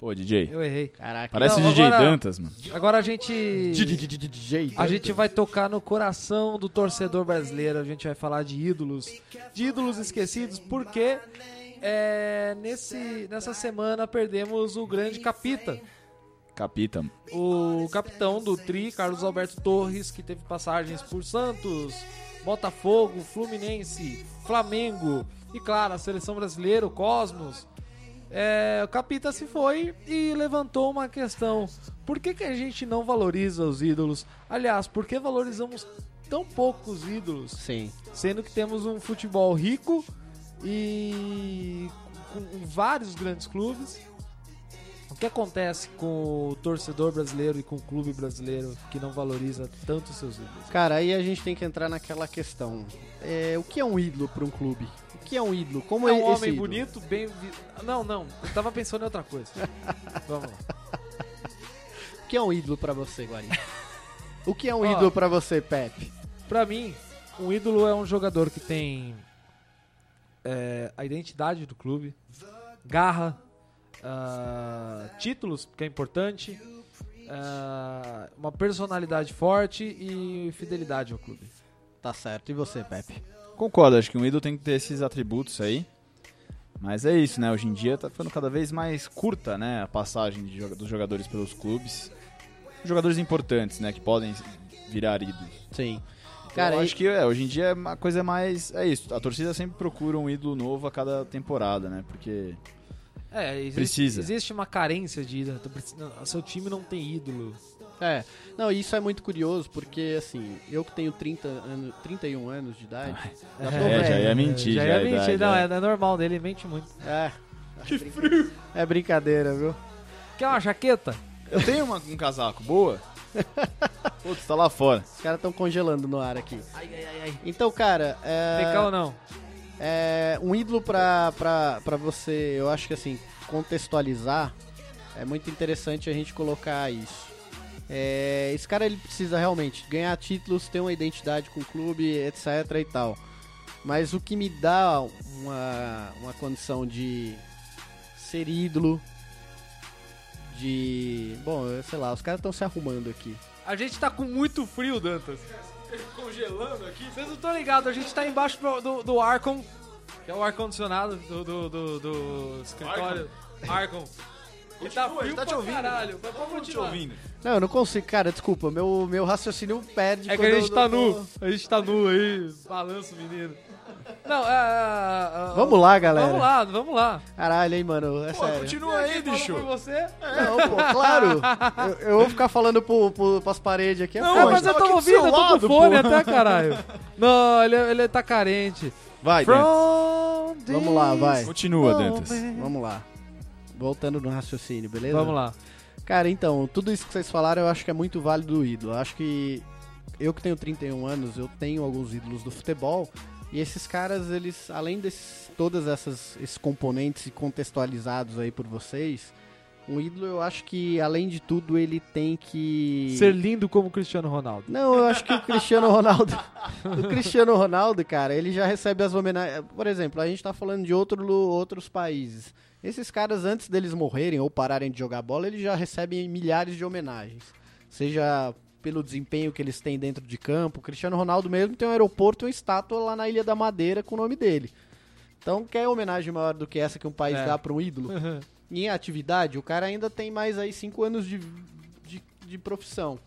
[SPEAKER 2] Pô, DJ.
[SPEAKER 1] Eu errei.
[SPEAKER 3] Caraca.
[SPEAKER 2] Parece
[SPEAKER 1] Não,
[SPEAKER 2] DJ
[SPEAKER 1] agora-
[SPEAKER 2] Dantas, mano.
[SPEAKER 1] Agora a gente.
[SPEAKER 3] DJ.
[SPEAKER 1] A gente vai tocar no coração do torcedor brasileiro. A gente vai falar de ídolos. De ídolos esquecidos, porque é, nesse, nessa semana perdemos o grande capita.
[SPEAKER 2] Capita.
[SPEAKER 1] o capitão do Tri, Carlos Alberto Torres, que teve passagens por Santos, Botafogo, Fluminense, Flamengo e, claro, a seleção brasileira, o Cosmos. É, o Capita se foi e levantou uma questão. Por que, que a gente não valoriza os ídolos? Aliás, por que valorizamos tão poucos ídolos?
[SPEAKER 3] Sim.
[SPEAKER 1] sendo que temos um futebol rico e com com vários grandes clubes. O que acontece com o torcedor brasileiro e com o clube brasileiro que não valoriza tanto os seus ídolos?
[SPEAKER 3] Cara, aí a gente tem que entrar naquela questão. É, o que é um ídolo pra um clube? O que é um ídolo? Como
[SPEAKER 1] É
[SPEAKER 3] é
[SPEAKER 1] um
[SPEAKER 3] esse
[SPEAKER 1] homem
[SPEAKER 3] ídolo?
[SPEAKER 1] bonito, bem. vi- Não, não, eu tava pensando em outra coisa. Vamos lá.
[SPEAKER 3] O que é um ídolo pra você, Guarim? o que é um
[SPEAKER 1] Ó.
[SPEAKER 3] ídolo pra você, Pepe?
[SPEAKER 1] Pra mim, um ídolo é um jogador que tem é, a identidade do clube, garra, ah, títulos, que é importante, ah, uma personalidade forte e fidelidade ao clube.
[SPEAKER 3] Tá certo. E você, Pepe?
[SPEAKER 2] Concordo, acho que um ídolo tem que ter esses atributos aí. Mas é isso, né? Hoje em dia tá ficando cada vez mais curta, né? A passagem de joga- dos jogadores pelos clubes. Jogadores importantes, né? Que podem virar ídolos.
[SPEAKER 3] Sim.
[SPEAKER 2] Então,
[SPEAKER 3] Cara,
[SPEAKER 2] eu
[SPEAKER 3] e-
[SPEAKER 2] acho que é, hoje em dia é uma coisa mais. É isso. A torcida sempre procura um ídolo novo a cada temporada, né? Porque.
[SPEAKER 1] É, existe,
[SPEAKER 2] Precisa.
[SPEAKER 1] Existe uma carência de ídolo. tu precisa- Seu time não tem ídolo.
[SPEAKER 3] É. Não, isso é muito curioso, porque, assim, eu que tenho 30 anos, 31 anos de idade, já tô
[SPEAKER 2] É, já
[SPEAKER 3] velho.
[SPEAKER 2] ia mentir, já,
[SPEAKER 1] já,
[SPEAKER 2] a
[SPEAKER 1] ia mentir,
[SPEAKER 2] idade,
[SPEAKER 1] não,
[SPEAKER 2] é.
[SPEAKER 1] é. é normal dele, ele mente muito.
[SPEAKER 3] É. Que frio! É brincadeira, viu?
[SPEAKER 1] Quer uma jaqueta?
[SPEAKER 2] Eu tenho uma- um casaco, boa. Putz, tá lá fora.
[SPEAKER 3] Os caras estão congelando no ar aqui. Então, cara, é...
[SPEAKER 1] Tem cá ou não?
[SPEAKER 3] É, um ídolo pra, pra, pra você, eu acho que assim, contextualizar, é muito interessante a gente colocar isso. É, esse cara ele precisa realmente ganhar títulos, ter uma identidade com o clube, etc e tal. Mas o que me dá uma, uma condição de ser ídolo, de. Bom, eu sei lá, os caras estão se arrumando aqui.
[SPEAKER 1] A gente tá com muito frio, Dantas. Congelando aqui. Vocês não estão ligados, a gente tá embaixo do, do, do Arcon, que é o ar-condicionado do, do, do- do escritório. Marcon. Ele tá frio
[SPEAKER 2] tá te
[SPEAKER 1] pra
[SPEAKER 2] ouvindo.
[SPEAKER 1] caralho. Mas vamos
[SPEAKER 2] Te
[SPEAKER 1] continuar.
[SPEAKER 2] ouvindo.
[SPEAKER 3] Não, eu não consigo, cara, desculpa. Meu, meu raciocínio perde.
[SPEAKER 1] É que
[SPEAKER 3] quando
[SPEAKER 1] a
[SPEAKER 3] eu-
[SPEAKER 1] gente tá
[SPEAKER 3] eu tô-
[SPEAKER 1] nu. A gente tá nu aí. Balança o menino. Não, é. é, é,
[SPEAKER 3] Vamos lá, galera.
[SPEAKER 1] Vamos lá, vamos lá.
[SPEAKER 3] Caralho, hein, mano. É
[SPEAKER 2] Pô,
[SPEAKER 3] sério. É,
[SPEAKER 2] continua aí,
[SPEAKER 1] Quem falou
[SPEAKER 2] bicho.
[SPEAKER 1] Foi você?
[SPEAKER 3] Não, pô, claro. Eu, eu vou ficar falando pro, pro, pras paredes aqui. é
[SPEAKER 1] Não,
[SPEAKER 3] foda.
[SPEAKER 2] a
[SPEAKER 1] mas
[SPEAKER 2] gente
[SPEAKER 1] eu
[SPEAKER 2] tava
[SPEAKER 1] tava
[SPEAKER 2] aqui do seu
[SPEAKER 1] ouvindo, eu tô
[SPEAKER 2] lado,
[SPEAKER 1] com fone
[SPEAKER 2] pô.
[SPEAKER 1] até, caralho. Não, ele, ele tá carente.
[SPEAKER 2] Vai, Dantas.
[SPEAKER 1] From
[SPEAKER 3] Vamos lá, vai.
[SPEAKER 2] Continua, Dantas.
[SPEAKER 3] Vamos lá. Voltando no raciocínio, beleza?
[SPEAKER 1] Vamos lá.
[SPEAKER 3] Cara, então, tudo isso que vocês falaram eu acho que é muito válido o ídolo. Eu acho que eu que tenho 31 anos, eu tenho alguns ídolos do futebol. E esses caras, eles, além desses todas essas esses componentes contextualizados aí por vocês, um ídolo eu acho que, além de tudo, ele tem que.
[SPEAKER 1] Ser lindo como Cristiano Ronaldo.
[SPEAKER 3] Não, eu acho que o Cristiano Ronaldo. o Cristiano Ronaldo, cara, ele já recebe as homenagens. Por exemplo, a gente tá falando de outro, lu- outros países. Esses caras, antes deles morrerem ou pararem de jogar bola, eles já recebem milhares de homenagens. Seja pelo desempenho que eles têm dentro de campo. O Cristiano Ronaldo mesmo tem um aeroporto e uma estátua lá na Ilha da Madeira com o nome dele. Então, quer homenagem maior do que essa que um país
[SPEAKER 1] É.
[SPEAKER 3] dá pra um ídolo? E em atividade, o cara ainda tem mais aí cinco anos de, de, de profissão.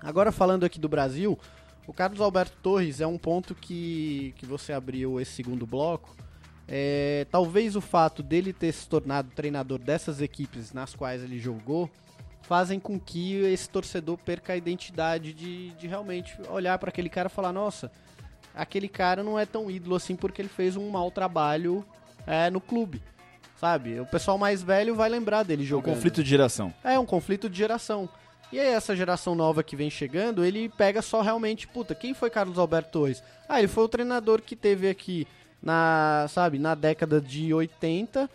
[SPEAKER 3] Agora falando aqui do Brasil, o Carlos Alberto Torres é um ponto que, que você abriu esse segundo bloco. É, talvez o fato dele ter se tornado treinador dessas equipes nas quais ele jogou fazem com que esse torcedor perca a identidade de, de realmente olhar para aquele cara e falar, nossa, aquele cara não é tão ídolo assim porque ele fez um mau trabalho é, no clube. Sabe? O pessoal mais velho vai lembrar dele
[SPEAKER 2] É um
[SPEAKER 3] jogando.
[SPEAKER 2] conflito de geração.
[SPEAKER 3] É um conflito de geração. E aí essa geração nova que vem chegando, ele pega só realmente, puta, quem foi Carlos Alberto Torres? Ah, ele foi o treinador que teve aqui na, sabe, na década de 80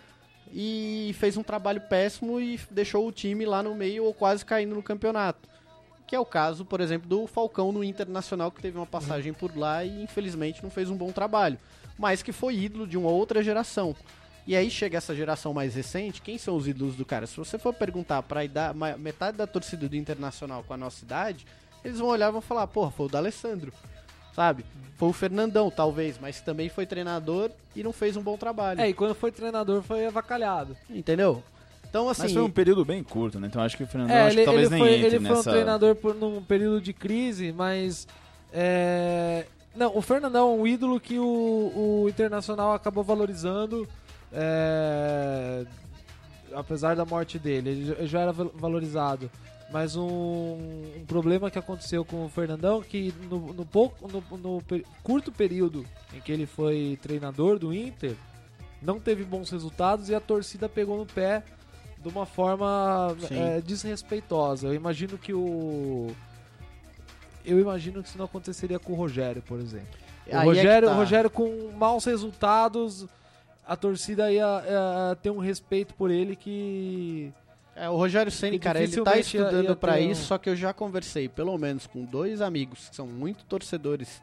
[SPEAKER 3] e fez um trabalho péssimo e deixou o time lá no meio ou quase caindo no campeonato. Que é o caso, por exemplo, do Falcão no Internacional, que teve uma passagem por lá e infelizmente não fez um bom trabalho. Mas que foi ídolo de uma outra geração. E aí chega essa geração mais recente, quem são os ídolos do cara? Se você for perguntar pra idade, ma- metade da torcida do Internacional com a nossa idade, eles vão olhar e vão falar, porra, foi o D'Alessandro, sabe? Foi o Fernandão, talvez, mas também foi treinador e não fez um bom trabalho,
[SPEAKER 1] É, e quando foi treinador foi avacalhado.
[SPEAKER 3] entendeu? Então, assim,
[SPEAKER 2] Mas foi um período bem curto, né? Então acho que o Fernando
[SPEAKER 1] é,
[SPEAKER 2] acho
[SPEAKER 1] ele,
[SPEAKER 2] que talvez
[SPEAKER 1] ele
[SPEAKER 2] nem
[SPEAKER 1] foi,
[SPEAKER 2] entre
[SPEAKER 1] ele foi
[SPEAKER 2] nessa...
[SPEAKER 1] um treinador por, num período de crise, mas. é, Não, o Fernandão é um ídolo que o, o Internacional acabou valorizando. é, Apesar da morte dele, ele já- já era val- valorizado. Mas um, um problema que aconteceu com o Fernandão é que no, no pouco, no- no pe- curto período em que ele foi treinador do Inter, não teve bons resultados e a torcida pegou no pé de uma forma
[SPEAKER 3] Sim.
[SPEAKER 1] é, desrespeitosa. Eu imagino que o. Eu imagino que isso não aconteceria com o Rogério, por exemplo. O
[SPEAKER 3] aí é que
[SPEAKER 1] Rogério,
[SPEAKER 3] tá.
[SPEAKER 1] o Rogério com maus resultados, a torcida ia, é, ter um respeito por ele que.
[SPEAKER 3] É, o Rogério Ceni,
[SPEAKER 1] E
[SPEAKER 3] cara, ele tá
[SPEAKER 1] dificilmente ia-
[SPEAKER 3] estudando
[SPEAKER 1] ia
[SPEAKER 3] pra
[SPEAKER 1] ter um-
[SPEAKER 3] isso, só que eu já conversei, pelo menos com dois amigos que são muito torcedores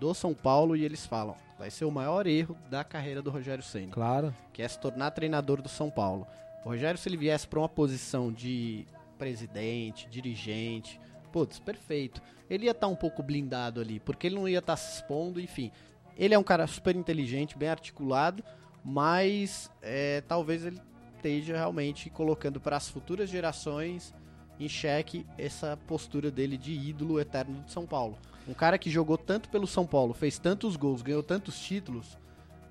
[SPEAKER 3] do São Paulo e eles falam, vai ser o maior erro da carreira do Rogério Ceni,
[SPEAKER 1] Claro.
[SPEAKER 3] que é se tornar treinador do São Paulo. O Rogério se ele viesse pra uma posição de presidente, dirigente, putz, perfeito. Ele ia estar um pouco blindado ali, porque ele não ia estar se expondo, enfim. Ele é um cara super inteligente, bem articulado, mas é, talvez ele esteja realmente colocando para as futuras gerações em xeque essa postura dele de ídolo eterno de São Paulo. Um cara que jogou tanto pelo São Paulo, fez tantos gols, ganhou tantos títulos,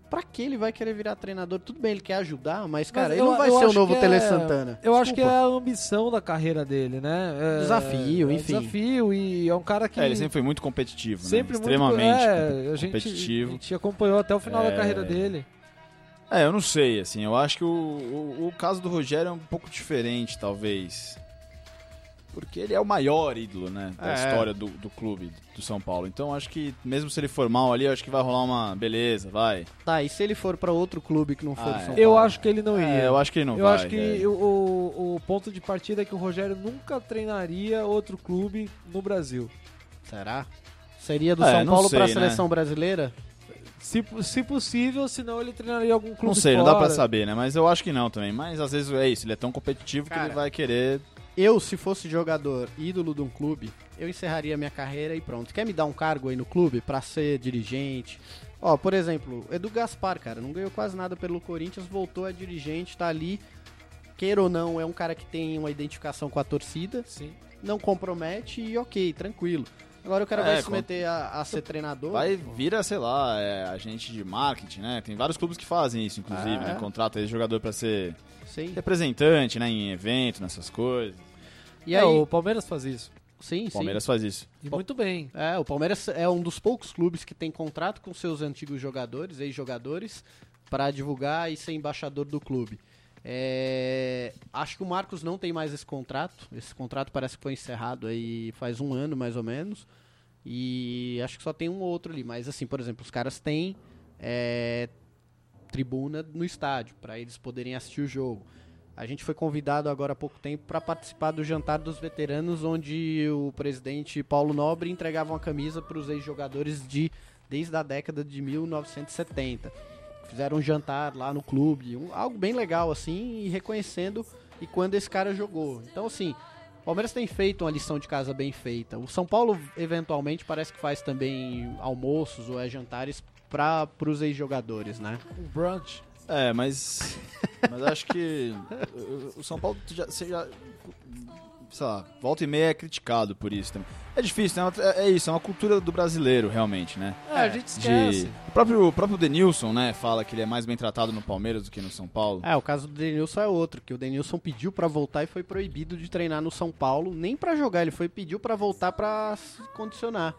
[SPEAKER 3] para que ele vai querer virar treinador? Tudo bem, ele quer ajudar, mas cara,
[SPEAKER 1] Mas
[SPEAKER 3] ele
[SPEAKER 1] eu-
[SPEAKER 3] não vai
[SPEAKER 1] eu
[SPEAKER 3] ser o
[SPEAKER 1] acho
[SPEAKER 3] novo
[SPEAKER 1] que é-
[SPEAKER 3] Tele Santana.
[SPEAKER 1] Eu acho que é
[SPEAKER 3] Desculpa.
[SPEAKER 1] a ambição da carreira dele, né? É-
[SPEAKER 3] Desafio,
[SPEAKER 1] é
[SPEAKER 3] enfim.
[SPEAKER 1] Desafio, e é um cara que.
[SPEAKER 2] É, ele sempre foi muito competitivo, né?
[SPEAKER 1] sempre muito-
[SPEAKER 2] Extremamente
[SPEAKER 1] é, a gente-
[SPEAKER 2] competitivo.
[SPEAKER 1] a gente acompanhou até o final da carreira dele.
[SPEAKER 2] É, eu não sei, assim, eu acho que o, o, o caso do Rogério é um pouco diferente, talvez. Porque ele é o maior ídolo, né, da
[SPEAKER 3] É.
[SPEAKER 2] história do, do clube, do São Paulo. Então acho que, mesmo se ele for mal ali, acho que vai rolar uma beleza, vai.
[SPEAKER 3] Tá, e se ele for para outro clube que não
[SPEAKER 2] Ah,
[SPEAKER 3] for o São
[SPEAKER 2] é.
[SPEAKER 3] Paulo?
[SPEAKER 1] Eu acho que ele não ia.
[SPEAKER 2] É, eu acho que ele não
[SPEAKER 1] Eu
[SPEAKER 2] vai.
[SPEAKER 1] acho que
[SPEAKER 2] é.
[SPEAKER 1] o, o, o ponto de partida é que o Rogério nunca treinaria outro clube no Brasil.
[SPEAKER 3] Será? Seria do
[SPEAKER 2] É,
[SPEAKER 3] São
[SPEAKER 2] não
[SPEAKER 3] Paulo
[SPEAKER 2] sei,
[SPEAKER 3] para a
[SPEAKER 2] né?
[SPEAKER 3] seleção brasileira?
[SPEAKER 1] Se, po- se possível, senão ele treinaria algum clube
[SPEAKER 2] Não sei, não
[SPEAKER 1] fora.
[SPEAKER 2] dá pra saber, né? Mas eu acho que não também. Mas às vezes é isso, ele é tão competitivo que
[SPEAKER 3] Cara,
[SPEAKER 2] ele vai querer.
[SPEAKER 3] Eu, se fosse jogador ídolo de um clube, eu encerraria minha carreira e pronto. Quer me dar um cargo aí no clube para ser dirigente? Ó, por exemplo, Edu Gaspar, cara, não ganhou quase nada pelo Corinthians, voltou a dirigente, tá ali. queira ou não, é um cara que tem uma identificação com a torcida,
[SPEAKER 1] Sim.
[SPEAKER 3] não compromete e ok, tranquilo. Agora o cara
[SPEAKER 2] É,
[SPEAKER 3] vai se
[SPEAKER 2] com-
[SPEAKER 3] meter a, a ser treinador.
[SPEAKER 2] Vai vira, sei lá, é, agente de marketing, né? Tem vários clubes que fazem isso, inclusive,
[SPEAKER 3] Ah,
[SPEAKER 2] né?
[SPEAKER 3] é?
[SPEAKER 2] Contrata esse jogador pra ser
[SPEAKER 3] Sim.
[SPEAKER 2] representante, né? Em evento, nessas coisas.
[SPEAKER 3] E
[SPEAKER 1] É,
[SPEAKER 3] aí,
[SPEAKER 1] o Palmeiras faz isso.
[SPEAKER 3] sim,
[SPEAKER 2] O
[SPEAKER 3] sim.
[SPEAKER 2] Palmeiras faz isso.
[SPEAKER 1] E muito bem.
[SPEAKER 3] É, o Palmeiras é um dos poucos clubes que tem contrato com seus antigos jogadores, ex-jogadores, para divulgar e ser embaixador do clube. É, acho que o Marcos não tem mais esse contrato. Esse contrato parece que foi encerrado aí faz um ano mais ou menos. E acho que só tem um ou outro ali. Mas assim, por exemplo, os caras têm é, tribuna no estádio para eles poderem assistir o jogo. A gente foi convidado agora há pouco tempo para participar do jantar dos veteranos, onde o presidente Paulo Nobre entregava uma camisa para os ex-jogadores de desde a década de 1970. Fizeram um jantar lá no clube, um- algo bem legal assim, e reconhecendo e quando esse cara jogou. Então assim, o Palmeiras tem feito uma lição de casa bem feita. O São Paulo eventualmente parece que faz também almoços ou é jantares para os ex-jogadores, né?
[SPEAKER 1] Um brunch.
[SPEAKER 2] É, mas. Mas acho que. o- O São Paulo já. você já- sei lá, volta e meia é criticado por isso também. É difícil, né? É, é isso, é uma cultura do brasileiro, realmente, né?
[SPEAKER 1] É, a gente esquece.
[SPEAKER 2] De... O próprio, o próprio Denilson, né, fala que ele é mais bem tratado no Palmeiras do que no São Paulo.
[SPEAKER 3] É, o caso do Denilson é outro, que o Denilson pediu pra voltar e foi proibido de treinar no São Paulo, nem pra jogar, ele foi pediu pra voltar pra se condicionar.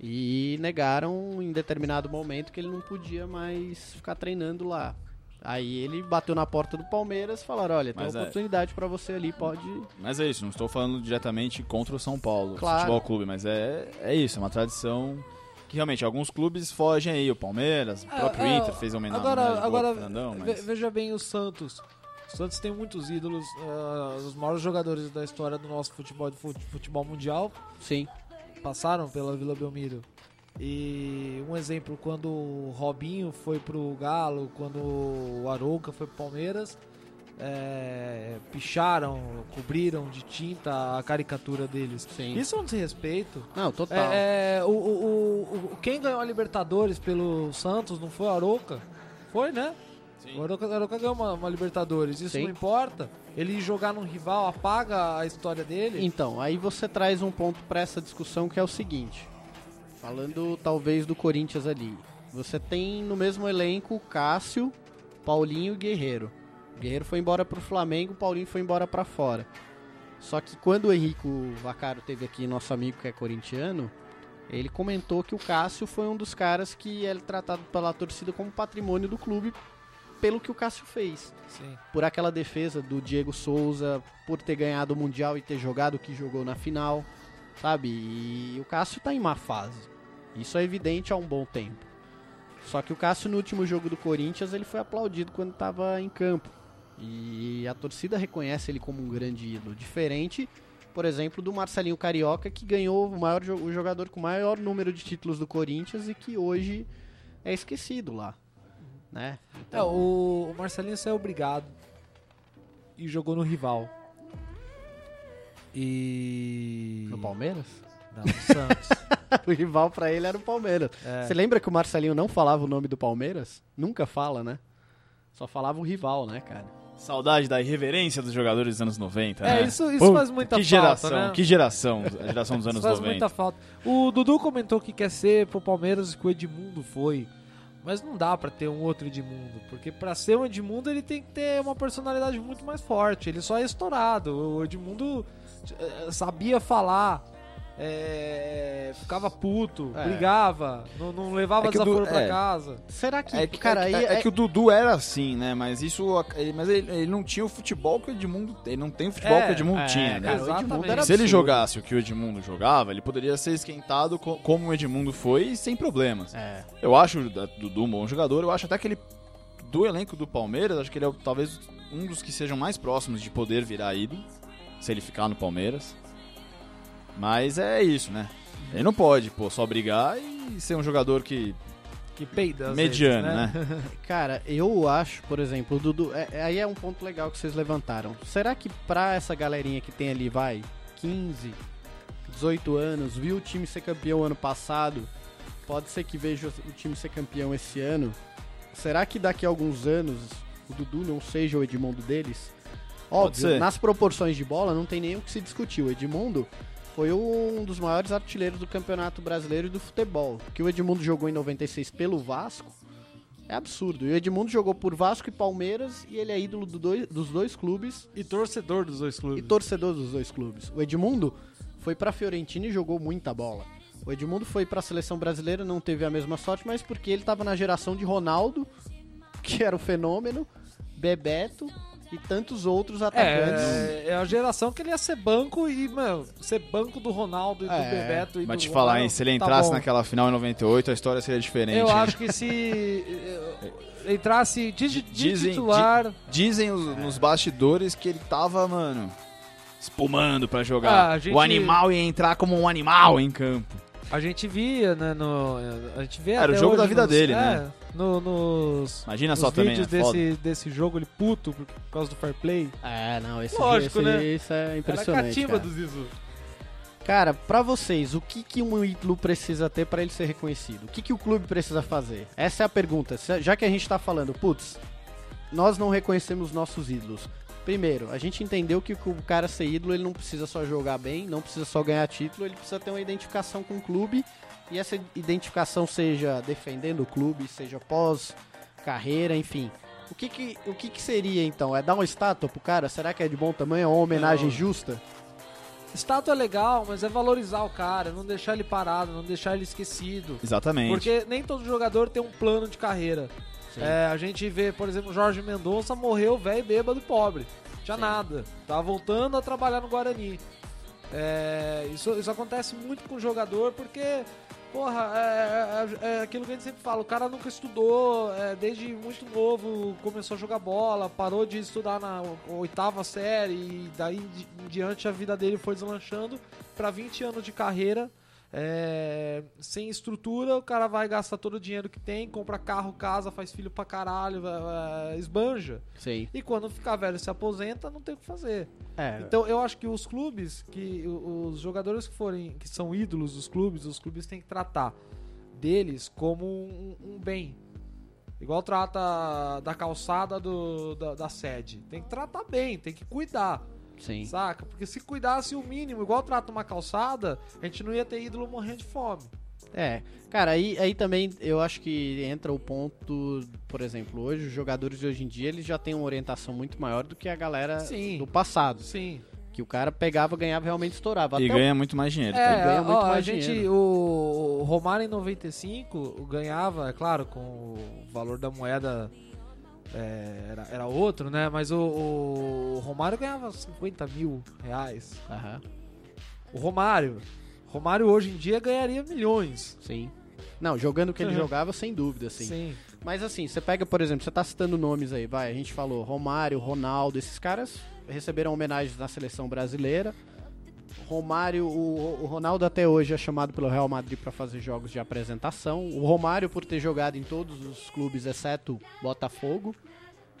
[SPEAKER 3] E negaram em determinado momento que ele não podia mais ficar treinando lá. Aí ele bateu na porta do Palmeiras e falaram: "Olha, tem
[SPEAKER 2] Mas é.
[SPEAKER 3] uma oportunidade pra você ali, pode".
[SPEAKER 2] Mas é isso, não estou falando diretamente contra o São Paulo,
[SPEAKER 3] Claro.
[SPEAKER 2] futebol clube, mas é, é isso, é uma tradição que realmente alguns clubes fogem aí, o Palmeiras, o próprio
[SPEAKER 1] É, é,
[SPEAKER 2] Inter fez homenagem
[SPEAKER 1] Agora,
[SPEAKER 2] ao
[SPEAKER 1] agora
[SPEAKER 2] Fernandão,
[SPEAKER 1] ve-
[SPEAKER 2] mas...
[SPEAKER 1] veja bem o Santos. O Santos tem muitos ídolos, ah, os maiores jogadores da história do nosso futebol, de fut- futebol mundial
[SPEAKER 3] Sim.
[SPEAKER 1] passaram pela Vila Belmiro. E um exemplo, quando o Robinho foi pro Galo, quando o Arouca foi pro Palmeiras, é, picharam, cobriram de tinta a caricatura deles.
[SPEAKER 3] Sim.
[SPEAKER 1] Isso é um desrespeito.
[SPEAKER 3] Não, total.
[SPEAKER 1] É, é, o, o- o- o- quem ganhou a Libertadores pelo Santos não foi o Aroca? Foi, né? O Aroca, o Aroca ganhou uma, uma Libertadores. Isso
[SPEAKER 3] Sim.
[SPEAKER 1] não importa. Ele jogar num rival apaga a história dele.
[SPEAKER 3] Então, aí você traz um ponto pra essa discussão que é o seguinte. Falando talvez do Corinthians ali. Você tem no mesmo elenco Cássio, Paulinho e Guerreiro. O Guerreiro foi embora pro Flamengo, o Paulinho foi embora pra fora. Só que quando o Henrico Vacaro teve aqui, nosso amigo que é corintiano, ele comentou que o Cássio foi um dos caras que é tratado pela torcida como patrimônio do clube pelo que o Cássio fez
[SPEAKER 1] Sim.
[SPEAKER 3] por aquela defesa do Diego Souza, por ter ganhado o Mundial e ter jogado o que jogou na final, sabe? E o Cássio tá em má fase. Isso é evidente há um bom tempo. Só que o Cássio no último jogo do Corinthians, ele foi aplaudido quando estava em campo. E a torcida reconhece ele como um grande ídolo, diferente, por exemplo, do Marcelinho Carioca, que ganhou o maior jo- o jogador com o maior número de títulos do Corinthians e que hoje é esquecido lá, né?
[SPEAKER 1] É, o, o Marcelinho saiu obrigado e jogou no rival. E.
[SPEAKER 3] No Palmeiras?
[SPEAKER 1] Não, né, no Santos.
[SPEAKER 3] O rival pra ele era o Palmeiras.
[SPEAKER 2] É.
[SPEAKER 3] Você lembra que o Marcelinho não falava o nome do Palmeiras? Nunca fala, né? Só falava o rival, né, cara?
[SPEAKER 2] Saudade da irreverência dos jogadores dos anos 90,
[SPEAKER 1] É,
[SPEAKER 2] né?
[SPEAKER 1] isso- isso faz muita falta,
[SPEAKER 2] que geração,
[SPEAKER 1] né?
[SPEAKER 2] Que geração, a geração dos anos
[SPEAKER 1] faz
[SPEAKER 2] 90.
[SPEAKER 1] muita falta. O Dudu comentou que quer ser pro Palmeiras que o Edmundo foi. Mas não dá pra ter um outro Edmundo, porque pra ser um Edmundo ele tem que ter uma personalidade muito mais forte. Ele só é estourado. O Edmundo eh, sabia falar, eh, ficava puto,
[SPEAKER 2] É.
[SPEAKER 1] brigava, não, não levava
[SPEAKER 2] É que o
[SPEAKER 1] desaforo
[SPEAKER 2] Du-
[SPEAKER 1] pra
[SPEAKER 2] é.
[SPEAKER 1] casa.
[SPEAKER 3] Será que,
[SPEAKER 2] É que,
[SPEAKER 3] cara,
[SPEAKER 2] é,
[SPEAKER 3] aí
[SPEAKER 2] que- é
[SPEAKER 3] é,
[SPEAKER 2] que o Dudu era assim, né? Mas isso. ele- Mas ele, ele não tinha o futebol que o Edmundo. Ele não tem o futebol
[SPEAKER 1] É,
[SPEAKER 2] que o Edmundo
[SPEAKER 3] é,
[SPEAKER 2] tinha, né?
[SPEAKER 3] cara, o Edmundo
[SPEAKER 1] Exatamente.
[SPEAKER 3] era
[SPEAKER 2] Se ele
[SPEAKER 3] absurdo.
[SPEAKER 2] jogasse o que o Edmundo jogava, ele poderia ser esquentado co- como o Edmundo foi, sem problemas.
[SPEAKER 3] É.
[SPEAKER 2] Eu acho o Da- Dudu um bom jogador, eu acho até que ele, do elenco do Palmeiras, acho que ele é o- talvez um dos que sejam mais próximos de poder virar ídolo, se ele ficar no Palmeiras. Mas é isso, né? Ele não pode, pô, só brigar e ser um jogador que
[SPEAKER 1] Que peida. às
[SPEAKER 2] mediano,
[SPEAKER 1] vezes,
[SPEAKER 2] né?
[SPEAKER 3] Cara, eu acho, por exemplo, o Dudu. é- é- aí é um ponto legal que vocês levantaram. Será que pra essa galerinha que tem ali, vai, 15, 18 anos, viu o time ser campeão ano passado? Pode ser que veja o time ser campeão esse ano. Será que daqui a alguns anos o Dudu não seja o Edmundo deles? Óbvio,
[SPEAKER 2] ser.
[SPEAKER 3] nas proporções de bola não tem nem o que se discutir. O Edmundo foi um dos maiores artilheiros do Campeonato Brasileiro e do futebol. O que o Edmundo jogou em 96 pelo Vasco é absurdo. E o Edmundo jogou por Vasco e Palmeiras e ele é ídolo do dois- dos dois clubes
[SPEAKER 6] E torcedor dos dois
[SPEAKER 3] e
[SPEAKER 6] clubes.
[SPEAKER 3] torcedor dos dois clubes. O Edmundo foi pra Fiorentina e jogou muita bola. O Edmundo foi pra seleção brasileira, não teve a mesma sorte, mas porque ele tava na geração de Ronaldo, que era o fenômeno, Bebeto e tantos outros atacantes.
[SPEAKER 1] É, é a geração que ele ia ser banco e, mano, ser banco do Ronaldo e do
[SPEAKER 3] É,
[SPEAKER 1] Bebeto e
[SPEAKER 2] Mas
[SPEAKER 1] do
[SPEAKER 2] te falar,
[SPEAKER 1] Ronaldo,
[SPEAKER 2] hein, se ele
[SPEAKER 1] tá
[SPEAKER 2] entrasse
[SPEAKER 1] bom.
[SPEAKER 2] naquela final em 98, a história seria diferente.
[SPEAKER 1] Eu
[SPEAKER 2] hein?
[SPEAKER 1] acho que se eh, entrasse de, de
[SPEAKER 2] Dizem-
[SPEAKER 1] titular.
[SPEAKER 2] Dizem os- nos bastidores que ele tava, mano, espumando pra
[SPEAKER 1] Ah,
[SPEAKER 2] jogar.
[SPEAKER 1] a gente-
[SPEAKER 2] O animal ia entrar como um animal em campo.
[SPEAKER 1] A gente via, né? No, a gente vê
[SPEAKER 2] Era
[SPEAKER 1] até
[SPEAKER 2] o jogo
[SPEAKER 1] hoje
[SPEAKER 2] da vida
[SPEAKER 1] nos-
[SPEAKER 2] dele,
[SPEAKER 1] é,
[SPEAKER 2] né?
[SPEAKER 1] no- nos
[SPEAKER 2] Imagina
[SPEAKER 1] nos
[SPEAKER 2] só também,
[SPEAKER 1] vídeos
[SPEAKER 2] né? Foda.
[SPEAKER 1] desse, desse jogo, ele puto por causa do fair play.
[SPEAKER 3] É, não, esse
[SPEAKER 1] Lógico,
[SPEAKER 3] esse-
[SPEAKER 1] né?
[SPEAKER 3] isso é
[SPEAKER 1] Era a
[SPEAKER 3] impressionante.
[SPEAKER 1] cativa
[SPEAKER 3] Cara.
[SPEAKER 1] do Zizu.
[SPEAKER 3] Cara, pra vocês, o que, que um ídolo precisa ter pra ele ser reconhecido? O que, que o clube precisa fazer? Essa é a pergunta. Se- Já que a gente tá falando, putz, nós não reconhecemos nossos ídolos. Primeiro, a gente entendeu que o cara ser ídolo, ele não precisa só jogar bem, não precisa só ganhar título, ele precisa ter uma identificação com o clube. E essa identificação seja defendendo o clube, seja pós carreira, enfim. O que que, o que que seria então? É dar uma estátua pro cara? Será que é de bom tamanho? É uma homenagem justa?
[SPEAKER 1] Estátua é legal, mas é valorizar o cara, não deixar ele parado, não deixar ele esquecido.
[SPEAKER 2] Exatamente.
[SPEAKER 1] Porque nem todo jogador tem um plano de carreira. É, a gente vê, por exemplo, Jorge Mendonça morreu velho, bêbado e pobre. Tinha nada. Tava voltando a trabalhar no Guarani. É, isso, isso acontece muito com o jogador porque, porra, é, é- é aquilo que a gente sempre fala: o cara nunca estudou, é, desde muito novo começou a jogar bola, parou de estudar na oitava série e daí em di- em diante a vida dele foi deslanchando para 20 anos de carreira. É, sem estrutura, o cara vai gastar todo o dinheiro que tem, compra carro, casa, faz filho pra caralho, é, é, esbanja.
[SPEAKER 3] Sei.
[SPEAKER 1] E quando ficar velho e se aposenta, não tem o que fazer.
[SPEAKER 3] É,
[SPEAKER 1] Então eu acho que os clubes, que o- os jogadores que forem, que são ídolos dos clubes, os clubes têm que tratar deles como um, um bem. Igual trata da calçada do- da, da sede. Tem que tratar bem, tem que cuidar,
[SPEAKER 3] sim.
[SPEAKER 1] saca? Porque se cuidasse o mínimo, igual trata uma calçada, a gente não ia ter ídolo morrendo de fome.
[SPEAKER 3] É, cara, aí, aí também eu acho que entra o ponto, por exemplo, hoje os jogadores de hoje em dia eles já têm uma orientação muito maior do que a galera
[SPEAKER 1] Sim.
[SPEAKER 3] do passado,
[SPEAKER 1] Sim.
[SPEAKER 3] que o cara pegava, ganhava, realmente estourava.
[SPEAKER 2] E
[SPEAKER 3] Até o-
[SPEAKER 2] ganha muito mais dinheiro.
[SPEAKER 1] É.
[SPEAKER 2] tá?
[SPEAKER 3] ele ganha muito
[SPEAKER 1] ó, a
[SPEAKER 3] mais
[SPEAKER 1] gente,
[SPEAKER 3] dinheiro.
[SPEAKER 1] o, o Romário em 95 ganhava, é claro, com o valor da moeda é, era, era outro, né? Mas o, o Romário ganhava 50 mil reais.
[SPEAKER 3] Aham,
[SPEAKER 1] O Romário. Romário hoje em dia ganharia milhões.
[SPEAKER 3] sim. Não, jogando o que ele
[SPEAKER 1] Uhum.
[SPEAKER 3] jogava, sem dúvida, sim. Mas assim, você pega, por exemplo, você tá citando nomes aí, vai, a gente falou Romário, Ronaldo, esses caras receberam homenagens na seleção brasileira. Romário, o, o Ronaldo até hoje é chamado pelo Real Madrid para fazer jogos de apresentação. O Romário, por ter jogado em todos os clubes, exceto Botafogo,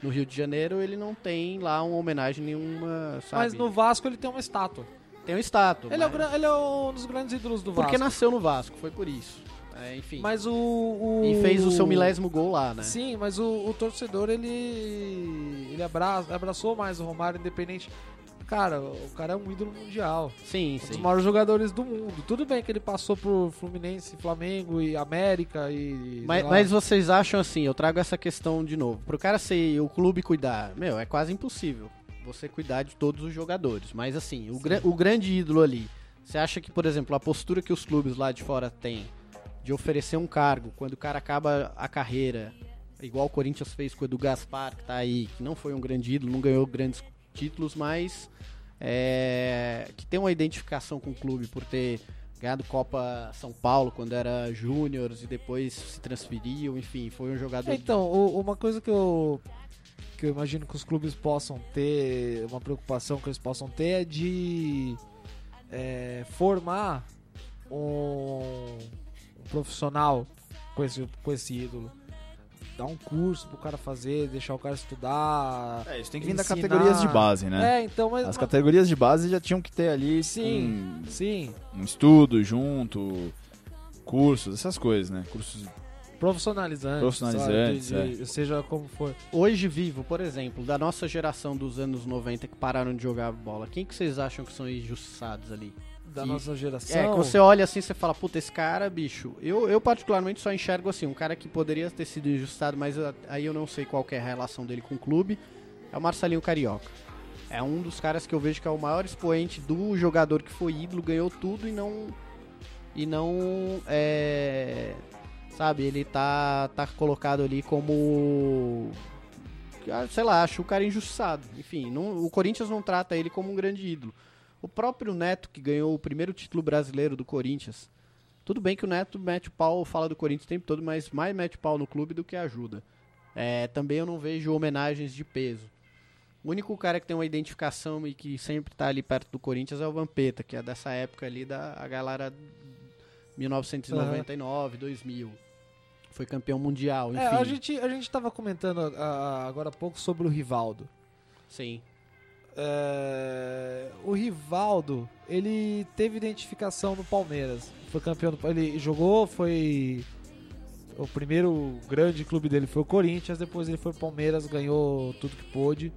[SPEAKER 3] no Rio de Janeiro, ele não tem lá uma homenagem nenhuma, sabe?
[SPEAKER 1] Mas no Vasco ele tem uma estátua.
[SPEAKER 3] Tem um estátua.
[SPEAKER 1] Ele é, o
[SPEAKER 3] mas-
[SPEAKER 1] gran- ele é um dos grandes ídolos do
[SPEAKER 3] Porque
[SPEAKER 1] Vasco.
[SPEAKER 3] nasceu no Vasco, foi por isso. É, enfim.
[SPEAKER 1] Mas o, o-
[SPEAKER 3] E fez o seu milésimo gol lá, né?
[SPEAKER 1] Sim, mas o, o torcedor ele ele abraça, abraçou mais o Romário independente. Cara, o cara é um ídolo mundial.
[SPEAKER 3] Sim,
[SPEAKER 1] Um dos
[SPEAKER 3] sim.
[SPEAKER 1] maiores jogadores do mundo. Tudo bem que ele passou por Fluminense, Flamengo e América e. sei
[SPEAKER 3] Mas,
[SPEAKER 1] lá.
[SPEAKER 3] mas vocês acham assim, eu trago essa questão de novo. Pro cara ser o clube cuidar, meu, é quase impossível você cuidar de todos os jogadores. Mas assim, o, gran- o grande ídolo ali, você acha que, por exemplo, a postura que os clubes lá de fora têm de oferecer um cargo quando o cara acaba a carreira, igual o Corinthians fez com o Edu Gaspar, que tá aí, que não foi um grande ídolo, não ganhou grandes títulos, mas é, que tem uma identificação com o clube por ter ganhado Copa São Paulo quando era júnior e depois se transferiu, enfim, foi um jogador.
[SPEAKER 1] Então, o- uma coisa que eu, que eu imagino que os clubes possam ter, uma preocupação que eles possam ter é de é, formar um, um profissional com esse, com esse ídolo. Dar um curso pro cara fazer, deixar o cara estudar.
[SPEAKER 2] É, isso tem que vir das
[SPEAKER 1] Ensinar.
[SPEAKER 2] categorias de base,
[SPEAKER 1] É,
[SPEAKER 2] né?
[SPEAKER 1] então, mas.
[SPEAKER 2] As
[SPEAKER 1] mas-
[SPEAKER 2] categorias de base já tinham que ter ali
[SPEAKER 1] Sim.
[SPEAKER 2] um-
[SPEAKER 1] Sim.
[SPEAKER 2] um estudo junto, cursos, essas coisas, né? Cursos
[SPEAKER 1] Profissionalizante.
[SPEAKER 2] Profissionalizante,
[SPEAKER 1] sabe?
[SPEAKER 3] é.
[SPEAKER 1] De- de- Seja como for.
[SPEAKER 3] Hoje vivo, por exemplo, da nossa geração dos anos 90 que pararam de jogar bola, quem que vocês acham que são injustiçados ali?
[SPEAKER 1] Da
[SPEAKER 3] Que-
[SPEAKER 1] nossa geração.
[SPEAKER 3] É, que você olha assim você fala, puta, esse cara, bicho, eu, eu particularmente só enxergo assim, um cara que poderia ter sido injustado, mas a- aí eu não sei qual que é a relação dele com o clube, é o Marcelinho Carioca. É um dos caras que eu vejo que é o maior expoente do jogador que foi ídolo, ganhou tudo e não. E não. É, sabe, ele tá, tá colocado ali como. ah, Sei lá, acho o cara injustiçado. Enfim, não- o Corinthians não trata ele como um grande ídolo. O próprio Neto, que ganhou o primeiro título brasileiro do Corinthians. Tudo bem que o Neto mete o pau, fala do Corinthians o tempo todo, mas mais mete o pau no clube do que ajuda. É, também eu não vejo homenagens de peso. O único cara que tem uma identificação e que sempre tá ali perto do Corinthians é o Vampeta, que é dessa época ali da a galera 1999, 2000. Foi campeão mundial, enfim.
[SPEAKER 1] É, a gente, a gente tava comentando ah, agora há pouco sobre o Rivaldo.
[SPEAKER 3] Sim.
[SPEAKER 1] É, o Rivaldo, ele teve identificação no Palmeiras. Foi campeão do Ele jogou, foi. O primeiro grande clube dele foi o Corinthians, depois ele foi pro Palmeiras, ganhou tudo que pôde.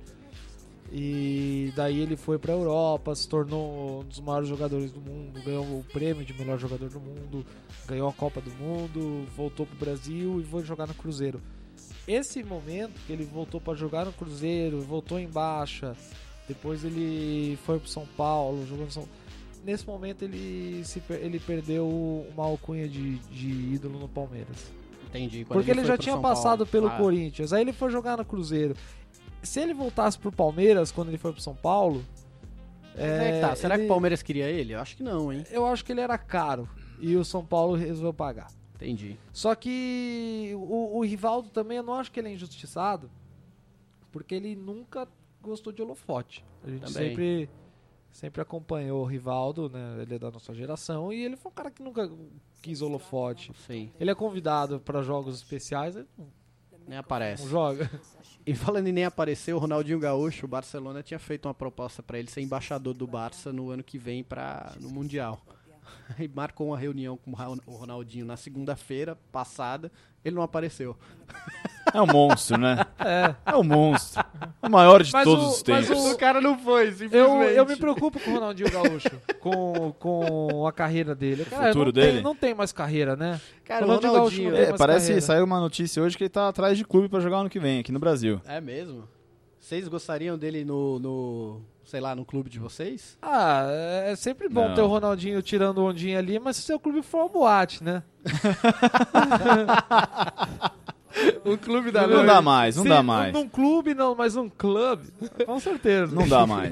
[SPEAKER 1] E daí ele foi pra Europa, se tornou um dos maiores jogadores do mundo, ganhou o prêmio de melhor jogador do mundo, ganhou a Copa do Mundo, voltou pro Brasil e foi jogar no Cruzeiro. Esse momento que ele voltou pra jogar no Cruzeiro, voltou em baixa, depois ele foi pro São Paulo, jogou no São Nesse momento ele, se per- ele perdeu uma alcunha de, de ídolo no Palmeiras.
[SPEAKER 3] Entendi. Quando
[SPEAKER 1] Porque ele,
[SPEAKER 3] foi
[SPEAKER 1] já
[SPEAKER 3] pro
[SPEAKER 1] tinha
[SPEAKER 3] São
[SPEAKER 1] passado
[SPEAKER 3] Paulo.
[SPEAKER 1] pelo
[SPEAKER 3] Ah,
[SPEAKER 1] Corinthians, aí ele foi jogar no Cruzeiro. Se ele voltasse pro Palmeiras quando ele foi pro São Paulo. é,
[SPEAKER 3] mas aí que tá. Será que
[SPEAKER 1] ele-
[SPEAKER 3] o Palmeiras queria ele? Eu acho que não, hein?
[SPEAKER 1] Eu acho que ele era caro e o São Paulo resolveu pagar.
[SPEAKER 3] Entendi.
[SPEAKER 1] Só que o, o Rivaldo também, eu não acho que ele é injustiçado, porque ele nunca gostou de holofote. A gente
[SPEAKER 3] Também.
[SPEAKER 1] sempre, sempre acompanhou o Rivaldo, né? Ele é da nossa geração e ele foi um cara que nunca quis holofote.
[SPEAKER 3] Sim.
[SPEAKER 1] Ele é convidado para jogos especiais, ele não-
[SPEAKER 3] Nem aparece.
[SPEAKER 1] não joga.
[SPEAKER 3] E falando em nem aparecer, o Ronaldinho Gaúcho, o Barcelona tinha feito uma proposta pra ele ser embaixador do Barça no ano que vem para no Mundial. E marcou uma reunião com o Ra- o Ronaldinho na segunda-feira passada, ele não apareceu.
[SPEAKER 2] É um monstro, né? É. um monstro. O maior de
[SPEAKER 1] Mas
[SPEAKER 2] todos
[SPEAKER 1] o-
[SPEAKER 2] os
[SPEAKER 1] mas
[SPEAKER 2] tempos.
[SPEAKER 1] o-
[SPEAKER 3] cara não foi,
[SPEAKER 1] Eu, eu me preocupo com o Ronaldinho Gaúcho, com, com a carreira dele. Cara,
[SPEAKER 2] futuro
[SPEAKER 1] não
[SPEAKER 2] dele?
[SPEAKER 1] Tem, não tem mais carreira, né?
[SPEAKER 3] Cara, o
[SPEAKER 1] Ronaldinho
[SPEAKER 3] Ronaldinho.
[SPEAKER 1] Gaúcho
[SPEAKER 2] É,
[SPEAKER 1] umas
[SPEAKER 2] parece que
[SPEAKER 1] carreiras.
[SPEAKER 2] saiu uma notícia hoje que ele tá atrás de clube pra jogar ano que vem, aqui no Brasil.
[SPEAKER 3] É mesmo? Vocês gostariam dele no, no, sei lá, no clube de vocês?
[SPEAKER 1] Ah, é sempre bom
[SPEAKER 2] Não.
[SPEAKER 1] ter o Ronaldinho tirando ondinha ali, mas se o seu clube for uma boate, né?
[SPEAKER 3] O clube
[SPEAKER 2] Não, dá mais, não
[SPEAKER 1] Se-
[SPEAKER 2] dá mais.
[SPEAKER 1] Num clube não, mas um clube, com certeza.
[SPEAKER 2] Não dá mais.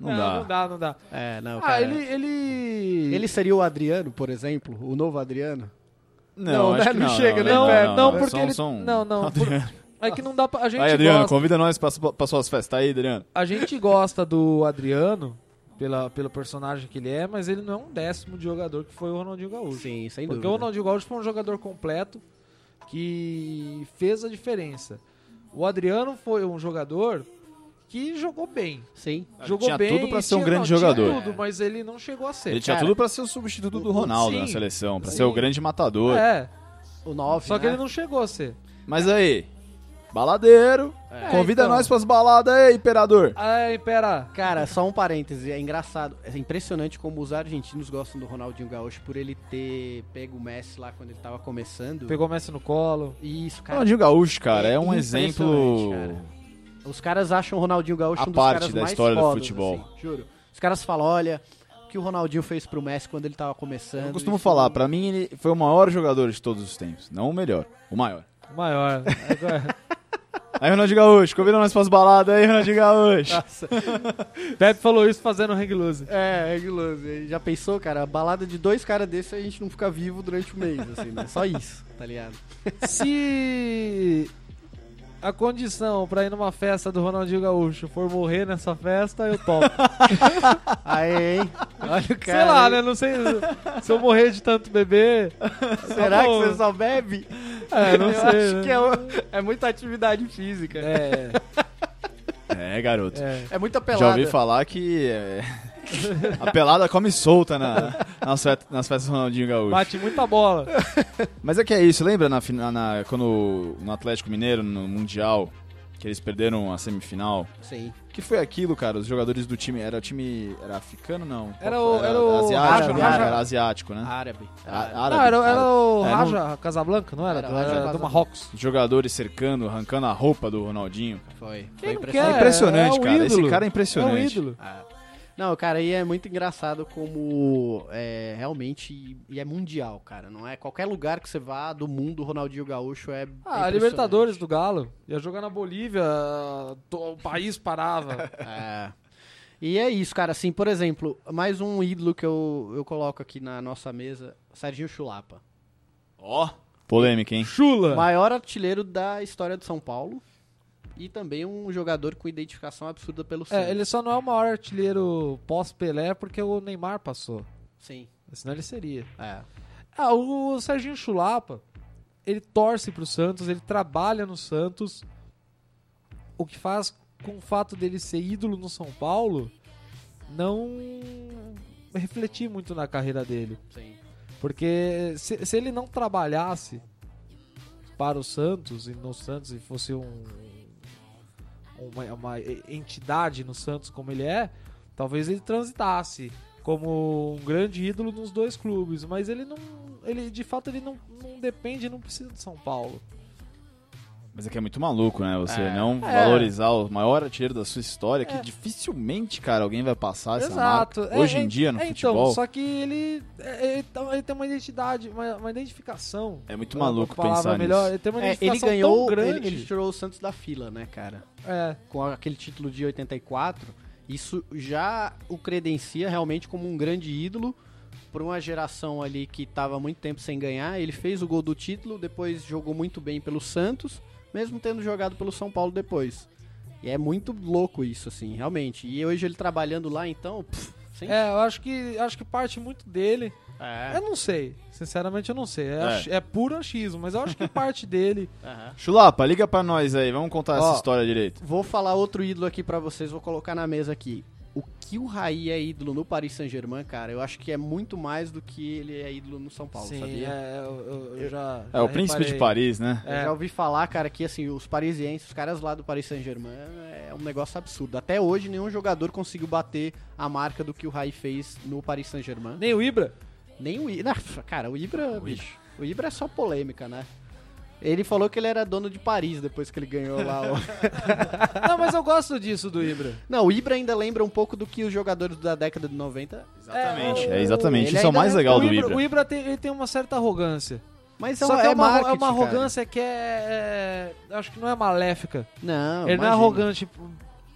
[SPEAKER 2] Não
[SPEAKER 1] não
[SPEAKER 2] dá.
[SPEAKER 1] dá, não dá.
[SPEAKER 3] É, não,
[SPEAKER 1] Ah,
[SPEAKER 3] cara.
[SPEAKER 1] ele, ele...
[SPEAKER 3] ele seria o Adriano, por exemplo, o novo Adriano?
[SPEAKER 2] Não, acho
[SPEAKER 3] né?
[SPEAKER 2] que
[SPEAKER 3] Não chega nem
[SPEAKER 2] não,
[SPEAKER 3] perto.
[SPEAKER 1] Não,
[SPEAKER 2] é
[SPEAKER 1] porque
[SPEAKER 2] só um-
[SPEAKER 1] ele...
[SPEAKER 2] só um-
[SPEAKER 1] Não, não. por- É que não dá pra... A gente
[SPEAKER 2] Aí, Adriano,
[SPEAKER 1] gosta...
[SPEAKER 2] convida nós pra, su- pra suas festas. Aí, Adriano.
[SPEAKER 1] A gente gosta do Adriano pela, pelo personagem que ele é, mas ele não é um décimo de jogador que foi o Ronaldinho Gaúcho.
[SPEAKER 3] Sim, sem
[SPEAKER 1] Porque
[SPEAKER 3] dúvida.
[SPEAKER 1] o Ronaldinho Gaúcho foi um jogador completo que fez a diferença. O Adriano foi um jogador que jogou bem.
[SPEAKER 3] Sim.
[SPEAKER 1] jogou
[SPEAKER 2] tinha
[SPEAKER 1] bem.
[SPEAKER 2] tudo pra
[SPEAKER 1] e
[SPEAKER 2] ser um
[SPEAKER 1] tinha-
[SPEAKER 2] grande
[SPEAKER 1] não,
[SPEAKER 2] jogador.
[SPEAKER 1] Tinha tudo, mas ele não chegou a ser.
[SPEAKER 2] Ele tinha
[SPEAKER 1] cara.
[SPEAKER 2] tudo pra ser o substituto do Ronaldo
[SPEAKER 1] Sim.
[SPEAKER 2] na seleção, pra
[SPEAKER 1] Sim.
[SPEAKER 2] ser o grande matador.
[SPEAKER 1] É,
[SPEAKER 3] O né? 9,
[SPEAKER 1] só que
[SPEAKER 2] é.
[SPEAKER 1] ele não chegou a ser.
[SPEAKER 2] Mas aí, baladeiro,
[SPEAKER 1] É,
[SPEAKER 2] convida
[SPEAKER 1] então.
[SPEAKER 2] nós pras baladas aí, imperador.
[SPEAKER 1] Ai, pera.
[SPEAKER 3] Cara, só um parêntese, é engraçado, é impressionante como os argentinos gostam do Ronaldinho Gaúcho por ele ter pego o Messi lá quando ele tava começando.
[SPEAKER 1] Pegou o Messi no colo.
[SPEAKER 3] Isso, cara.
[SPEAKER 2] Ronaldinho Gaúcho, cara, é um
[SPEAKER 3] impressionante,
[SPEAKER 2] exemplo.
[SPEAKER 3] cara. Os caras acham o Ronaldinho Gaúcho
[SPEAKER 2] A
[SPEAKER 3] um dos
[SPEAKER 2] parte
[SPEAKER 3] caras
[SPEAKER 2] da
[SPEAKER 3] mais
[SPEAKER 2] história do
[SPEAKER 3] fodas,
[SPEAKER 2] futebol.
[SPEAKER 3] assim, juro. Os caras falam, olha, o que o Ronaldinho fez pro Messi quando ele tava começando.
[SPEAKER 2] Eu costumo
[SPEAKER 3] isso-
[SPEAKER 2] falar, pra mim ele foi o maior jogador de todos os tempos. Não o melhor, o maior.
[SPEAKER 1] O Maior. Agora-
[SPEAKER 2] Aí, Ronaldinho Gaúcho, convida nós pras baladas aí, Ronaldinho Gaúcho.
[SPEAKER 1] Pepe falou isso fazendo hang loose.
[SPEAKER 3] É, é Guilherme, já pensou, cara? A balada de dois caras desse a gente não fica vivo durante o mês, assim, né? Só isso, tá ligado?
[SPEAKER 1] Se a condição pra ir numa festa do Ronaldinho Gaúcho for morrer nessa festa, eu topo.
[SPEAKER 3] Aí, hein? Olha o cara.
[SPEAKER 1] sei lá,
[SPEAKER 3] aí.
[SPEAKER 1] né? Não sei se eu morrer de tanto beber.
[SPEAKER 3] Será que
[SPEAKER 1] Tá bom.
[SPEAKER 3] você só bebe?
[SPEAKER 1] É, não
[SPEAKER 3] Eu
[SPEAKER 1] sei.
[SPEAKER 3] acho
[SPEAKER 1] né?
[SPEAKER 3] que é, o- é muita atividade física.
[SPEAKER 1] É,
[SPEAKER 2] É, garoto.
[SPEAKER 1] é.
[SPEAKER 3] É muita
[SPEAKER 2] Já
[SPEAKER 3] pelada.
[SPEAKER 2] ouvi falar que é, A pelada come solta na, nas, fe- nas festas do Ronaldinho Gaúcho.
[SPEAKER 1] Bate muita bola.
[SPEAKER 2] Mas é que é isso, lembra na, fina- na- quando no Atlético Mineiro, no Mundial, que eles perderam a semifinal?
[SPEAKER 3] Sim.
[SPEAKER 2] que foi aquilo, cara? Os jogadores do time. Era o time. Era africano, não?
[SPEAKER 1] Era o- era o
[SPEAKER 2] asiático,
[SPEAKER 3] Raja,
[SPEAKER 2] né?
[SPEAKER 3] Raja.
[SPEAKER 2] Era asiático,
[SPEAKER 1] Ah.
[SPEAKER 2] né?
[SPEAKER 3] Árabe.
[SPEAKER 2] A-
[SPEAKER 1] é, Não,
[SPEAKER 2] árabe,
[SPEAKER 1] Ah, era, era
[SPEAKER 2] árabe.
[SPEAKER 1] o
[SPEAKER 2] Era um-
[SPEAKER 1] Raja Casablanca, não era?
[SPEAKER 3] Era
[SPEAKER 1] Era,
[SPEAKER 3] o Raja
[SPEAKER 1] do
[SPEAKER 3] Casablanca.
[SPEAKER 1] Marrocos.
[SPEAKER 2] Jogadores cercando, arrancando a roupa do Ronaldinho.
[SPEAKER 3] Ah, Foi. Foi
[SPEAKER 1] Quem não
[SPEAKER 3] impressionante. Ah.
[SPEAKER 2] É
[SPEAKER 1] quer?
[SPEAKER 2] impressionante,
[SPEAKER 1] é um
[SPEAKER 2] cara. Esse
[SPEAKER 1] ídolo. É
[SPEAKER 2] cara é
[SPEAKER 1] um
[SPEAKER 2] impressionante.
[SPEAKER 1] ídolo.
[SPEAKER 3] Não, cara, e é muito engraçado como é, realmente e é mundial, cara. Não é qualquer lugar que você vá do mundo, o Ronaldinho Gaúcho é.
[SPEAKER 1] Ah,
[SPEAKER 3] é
[SPEAKER 1] a Libertadores do Galo. Ia jogar na Bolívia, to- o país parava.
[SPEAKER 3] impressionante. É. E é isso, cara. Assim, por exemplo, mais um ídolo que eu, eu coloco aqui na nossa mesa, Serginho Chulapa.
[SPEAKER 2] Ó. Polêmica, hein?
[SPEAKER 1] Chula!
[SPEAKER 3] Maior artilheiro da história de São Paulo. E também um jogador com identificação absurda pelo Santos.
[SPEAKER 1] É, ele só não é o maior artilheiro pós-Pelé porque o Neymar passou.
[SPEAKER 3] Sim.
[SPEAKER 1] Senão ele seria.
[SPEAKER 3] É.
[SPEAKER 1] Ah, o Serginho Chulapa, ele torce pro Santos, ele trabalha no Santos. O que faz com o fato dele ser ídolo no São Paulo não refletir muito na carreira dele.
[SPEAKER 3] Sim.
[SPEAKER 1] Porque se, se ele não trabalhasse para o Santos e no Santos e fosse um uma, uma entidade no Santos como ele é, talvez ele transitasse como um grande ídolo nos dois clubes, mas ele não ele de fato ele não, não depende, não precisa de São Paulo.
[SPEAKER 2] Mas é que é muito maluco, né? Você
[SPEAKER 3] É.
[SPEAKER 2] não
[SPEAKER 1] É.
[SPEAKER 2] valorizar o maior artilheiro da sua história, que dificilmente, cara, alguém vai passar essa
[SPEAKER 1] Exato.
[SPEAKER 2] marca.
[SPEAKER 1] É,
[SPEAKER 2] Hoje
[SPEAKER 1] é,
[SPEAKER 2] em dia, no
[SPEAKER 1] é,
[SPEAKER 2] futebol,
[SPEAKER 1] Então, só que ele, é, ele, tá- ele tem uma identidade, uma, uma identificação.
[SPEAKER 2] é muito
[SPEAKER 1] Uma
[SPEAKER 2] maluco
[SPEAKER 1] palavra
[SPEAKER 2] pensar nisso.
[SPEAKER 1] melhor, Ele tem uma
[SPEAKER 3] É,
[SPEAKER 1] identificação
[SPEAKER 3] ele ganhou,
[SPEAKER 1] tão grande.
[SPEAKER 3] ele- ele tirou o Santos da fila, né, cara?
[SPEAKER 1] É.
[SPEAKER 3] com aquele título de 84, isso já o credencia realmente como um grande ídolo por uma geração ali que estava muito tempo sem ganhar. Ele fez o gol do título, depois jogou muito bem pelo Santos, mesmo tendo jogado pelo São Paulo depois. E é muito louco isso, assim, realmente. E hoje ele trabalhando lá, então, pff, sem...
[SPEAKER 1] É, eu acho que acho que parte muito dele.
[SPEAKER 3] É,
[SPEAKER 1] Eu não sei, sinceramente eu não sei. É,
[SPEAKER 2] É.
[SPEAKER 1] ach- é puro achismo, mas eu acho que parte dele.
[SPEAKER 3] aham.
[SPEAKER 2] Chulapa, liga pra nós aí, vamos contar
[SPEAKER 3] Ó.
[SPEAKER 2] essa história direito.
[SPEAKER 3] Vou falar outro ídolo aqui pra vocês, vou colocar na mesa aqui. O que o Raí é ídolo no Paris Saint-Germain, cara, eu acho que é muito mais do que ele é ídolo no São Paulo, sabia?
[SPEAKER 1] é, eu, eu- eu já.
[SPEAKER 2] É, o príncipe de Paris, né?
[SPEAKER 1] É.
[SPEAKER 3] Eu já ouvi falar, cara, que assim, os parisienses, os caras lá do Paris Saint-Germain, é um negócio absurdo. Até hoje nenhum jogador conseguiu bater a marca do que o Raí fez no Paris Saint-Germain.
[SPEAKER 1] Nem o Ibra?
[SPEAKER 3] Nem o Ibra. Cara, o Ibra, bicho. O Ibra é só polêmica, né? Ele falou que ele era dono de Paris depois que ele ganhou lá. o-
[SPEAKER 1] Não, mas eu gosto disso do Ibra.
[SPEAKER 3] Não, o Ibra ainda lembra um pouco do que os jogadores da década de 90,
[SPEAKER 2] Exatamente,
[SPEAKER 1] o-
[SPEAKER 2] é exatamente.
[SPEAKER 3] ele
[SPEAKER 2] Isso é o
[SPEAKER 3] ainda
[SPEAKER 2] mais
[SPEAKER 3] é-
[SPEAKER 2] legal
[SPEAKER 1] o
[SPEAKER 2] do
[SPEAKER 1] Ibra,
[SPEAKER 2] Ibra.
[SPEAKER 1] O Ibra tem, ele tem uma certa arrogância.
[SPEAKER 3] mas
[SPEAKER 1] Só
[SPEAKER 3] é,
[SPEAKER 1] que é,
[SPEAKER 3] é
[SPEAKER 1] uma, é
[SPEAKER 3] marketing,
[SPEAKER 1] uma
[SPEAKER 3] cara.
[SPEAKER 1] arrogância que é, é- Acho que não é maléfica.
[SPEAKER 3] Não,
[SPEAKER 1] ele não é
[SPEAKER 3] imagina.
[SPEAKER 1] arrogante p-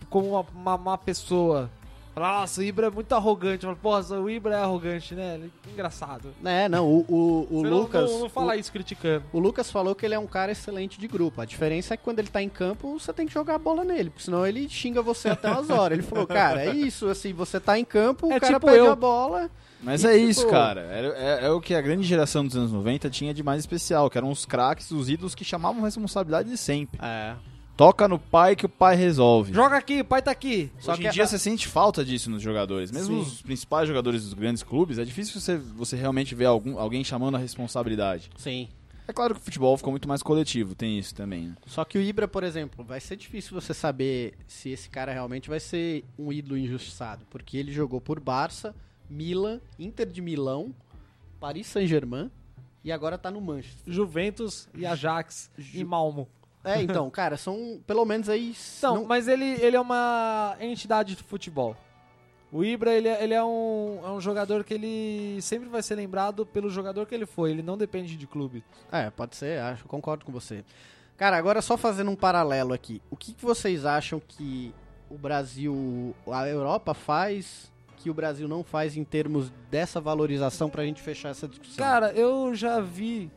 [SPEAKER 1] como uma, uma má pessoa. Fala, Nossa, o Ibra é muito arrogante. Fala, Porra, o Ibra é arrogante, né? Ele- Engraçado.
[SPEAKER 3] É, não, o, o, o
[SPEAKER 1] Você não-
[SPEAKER 3] Lucas.
[SPEAKER 1] Não, não fala isso criticando.
[SPEAKER 3] O Lucas falou que ele é um cara excelente de grupo. A diferença é que quando ele tá em campo, você tem que jogar a bola nele, porque senão ele xinga você até umas horas. Ele falou, cara, é isso, assim, você tá em campo,
[SPEAKER 1] É
[SPEAKER 3] o cara
[SPEAKER 1] tipo
[SPEAKER 3] perde
[SPEAKER 1] eu.
[SPEAKER 3] a bola.
[SPEAKER 2] Mas
[SPEAKER 3] E,
[SPEAKER 2] é
[SPEAKER 3] tipo,
[SPEAKER 2] isso, cara. É, é- é o que a grande geração dos anos 90 tinha de mais especial, que eram os craques, os ídolos que chamavam responsabilidade de sempre.
[SPEAKER 3] É.
[SPEAKER 2] Toca no pai que o pai resolve.
[SPEAKER 1] Joga aqui, o pai tá aqui.
[SPEAKER 3] Só
[SPEAKER 2] Hoje
[SPEAKER 3] que
[SPEAKER 2] em dia
[SPEAKER 3] a-
[SPEAKER 2] você sente falta disso nos jogadores. Mesmo
[SPEAKER 1] Sim.
[SPEAKER 2] os principais jogadores dos grandes clubes, é difícil você, você realmente ver algum, alguém chamando a responsabilidade.
[SPEAKER 3] Sim.
[SPEAKER 2] É claro que o futebol ficou muito mais coletivo, tem isso também. né?
[SPEAKER 3] Só que o Ibra, por exemplo, vai ser difícil você saber se esse cara realmente vai ser um ídolo injustiçado, porque ele jogou por Barça, Milan, Inter de Milão, Paris Saint-Germain e agora tá no Manchester.
[SPEAKER 1] Juventus e Ajax e Malmo.
[SPEAKER 3] É, então, cara, são pelo menos aí.
[SPEAKER 1] Não,
[SPEAKER 3] não-
[SPEAKER 1] mas ele, ele é uma entidade de futebol. O Ibra, ele, é- ele é, um, é um jogador que ele sempre vai ser lembrado pelo jogador que ele foi. Ele não depende de clube.
[SPEAKER 3] É, pode ser, acho, concordo com você. Cara, agora só fazendo um paralelo aqui. O que, que vocês acham que o Brasil, a Europa faz que o Brasil não faz em termos dessa valorização pra gente fechar essa discussão?
[SPEAKER 1] Cara, eu já vi...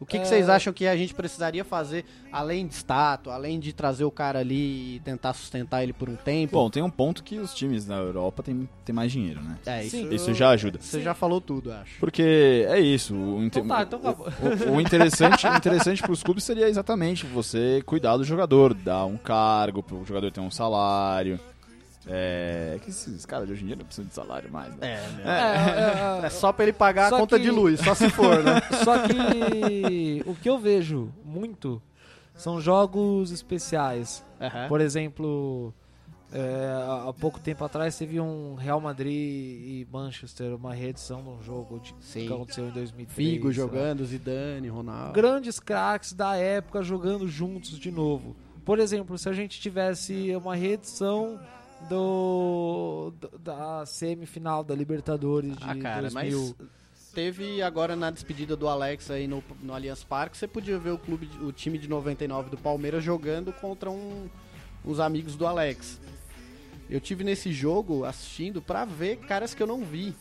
[SPEAKER 3] o que, que
[SPEAKER 1] é-
[SPEAKER 3] vocês acham que a gente precisaria fazer além de estátua, além de trazer o cara ali e tentar sustentar ele por um tempo?
[SPEAKER 2] Bom, tem um ponto que os times na Europa têm tem mais dinheiro, né?
[SPEAKER 3] é isso.
[SPEAKER 1] sim.
[SPEAKER 2] Isso já ajuda.
[SPEAKER 3] Você já falou tudo, acho.
[SPEAKER 2] Porque é isso. O, inte-
[SPEAKER 1] Então tá, então acabou.
[SPEAKER 2] o- o interessante, o interessante para os clubes seria exatamente você cuidar do jogador, dar um cargo para o jogador ter um salário, É, é que esses caras de hoje em dia não precisam de salário mais, né?
[SPEAKER 3] É, né?
[SPEAKER 1] É, é,
[SPEAKER 3] É só pra ele pagar
[SPEAKER 1] Só
[SPEAKER 3] a conta
[SPEAKER 1] que-
[SPEAKER 3] de luz, só se for, né?
[SPEAKER 1] Só que o que eu vejo muito são jogos especiais.
[SPEAKER 3] Né?
[SPEAKER 1] Por exemplo, é, há- há pouco tempo atrás teve um Real Madrid e Manchester, uma reedição de um jogo de,
[SPEAKER 3] Sim.
[SPEAKER 1] que aconteceu em 2003.
[SPEAKER 3] Figo
[SPEAKER 1] sei lá.
[SPEAKER 3] jogando, Zidane, Ronaldo.
[SPEAKER 1] né? Grandes craques da época jogando juntos de novo. Por exemplo, se a gente tivesse uma reedição do do- da semifinal da Libertadores de
[SPEAKER 3] Ah, cara,
[SPEAKER 1] 2000.
[SPEAKER 3] mas teve agora na despedida do Alex aí no, no Allianz Parque, você podia ver o clube, de- o time de 99 do Palmeiras jogando contra um, os amigos do Alex. Eu tive nesse jogo assistindo pra ver caras que eu não vi,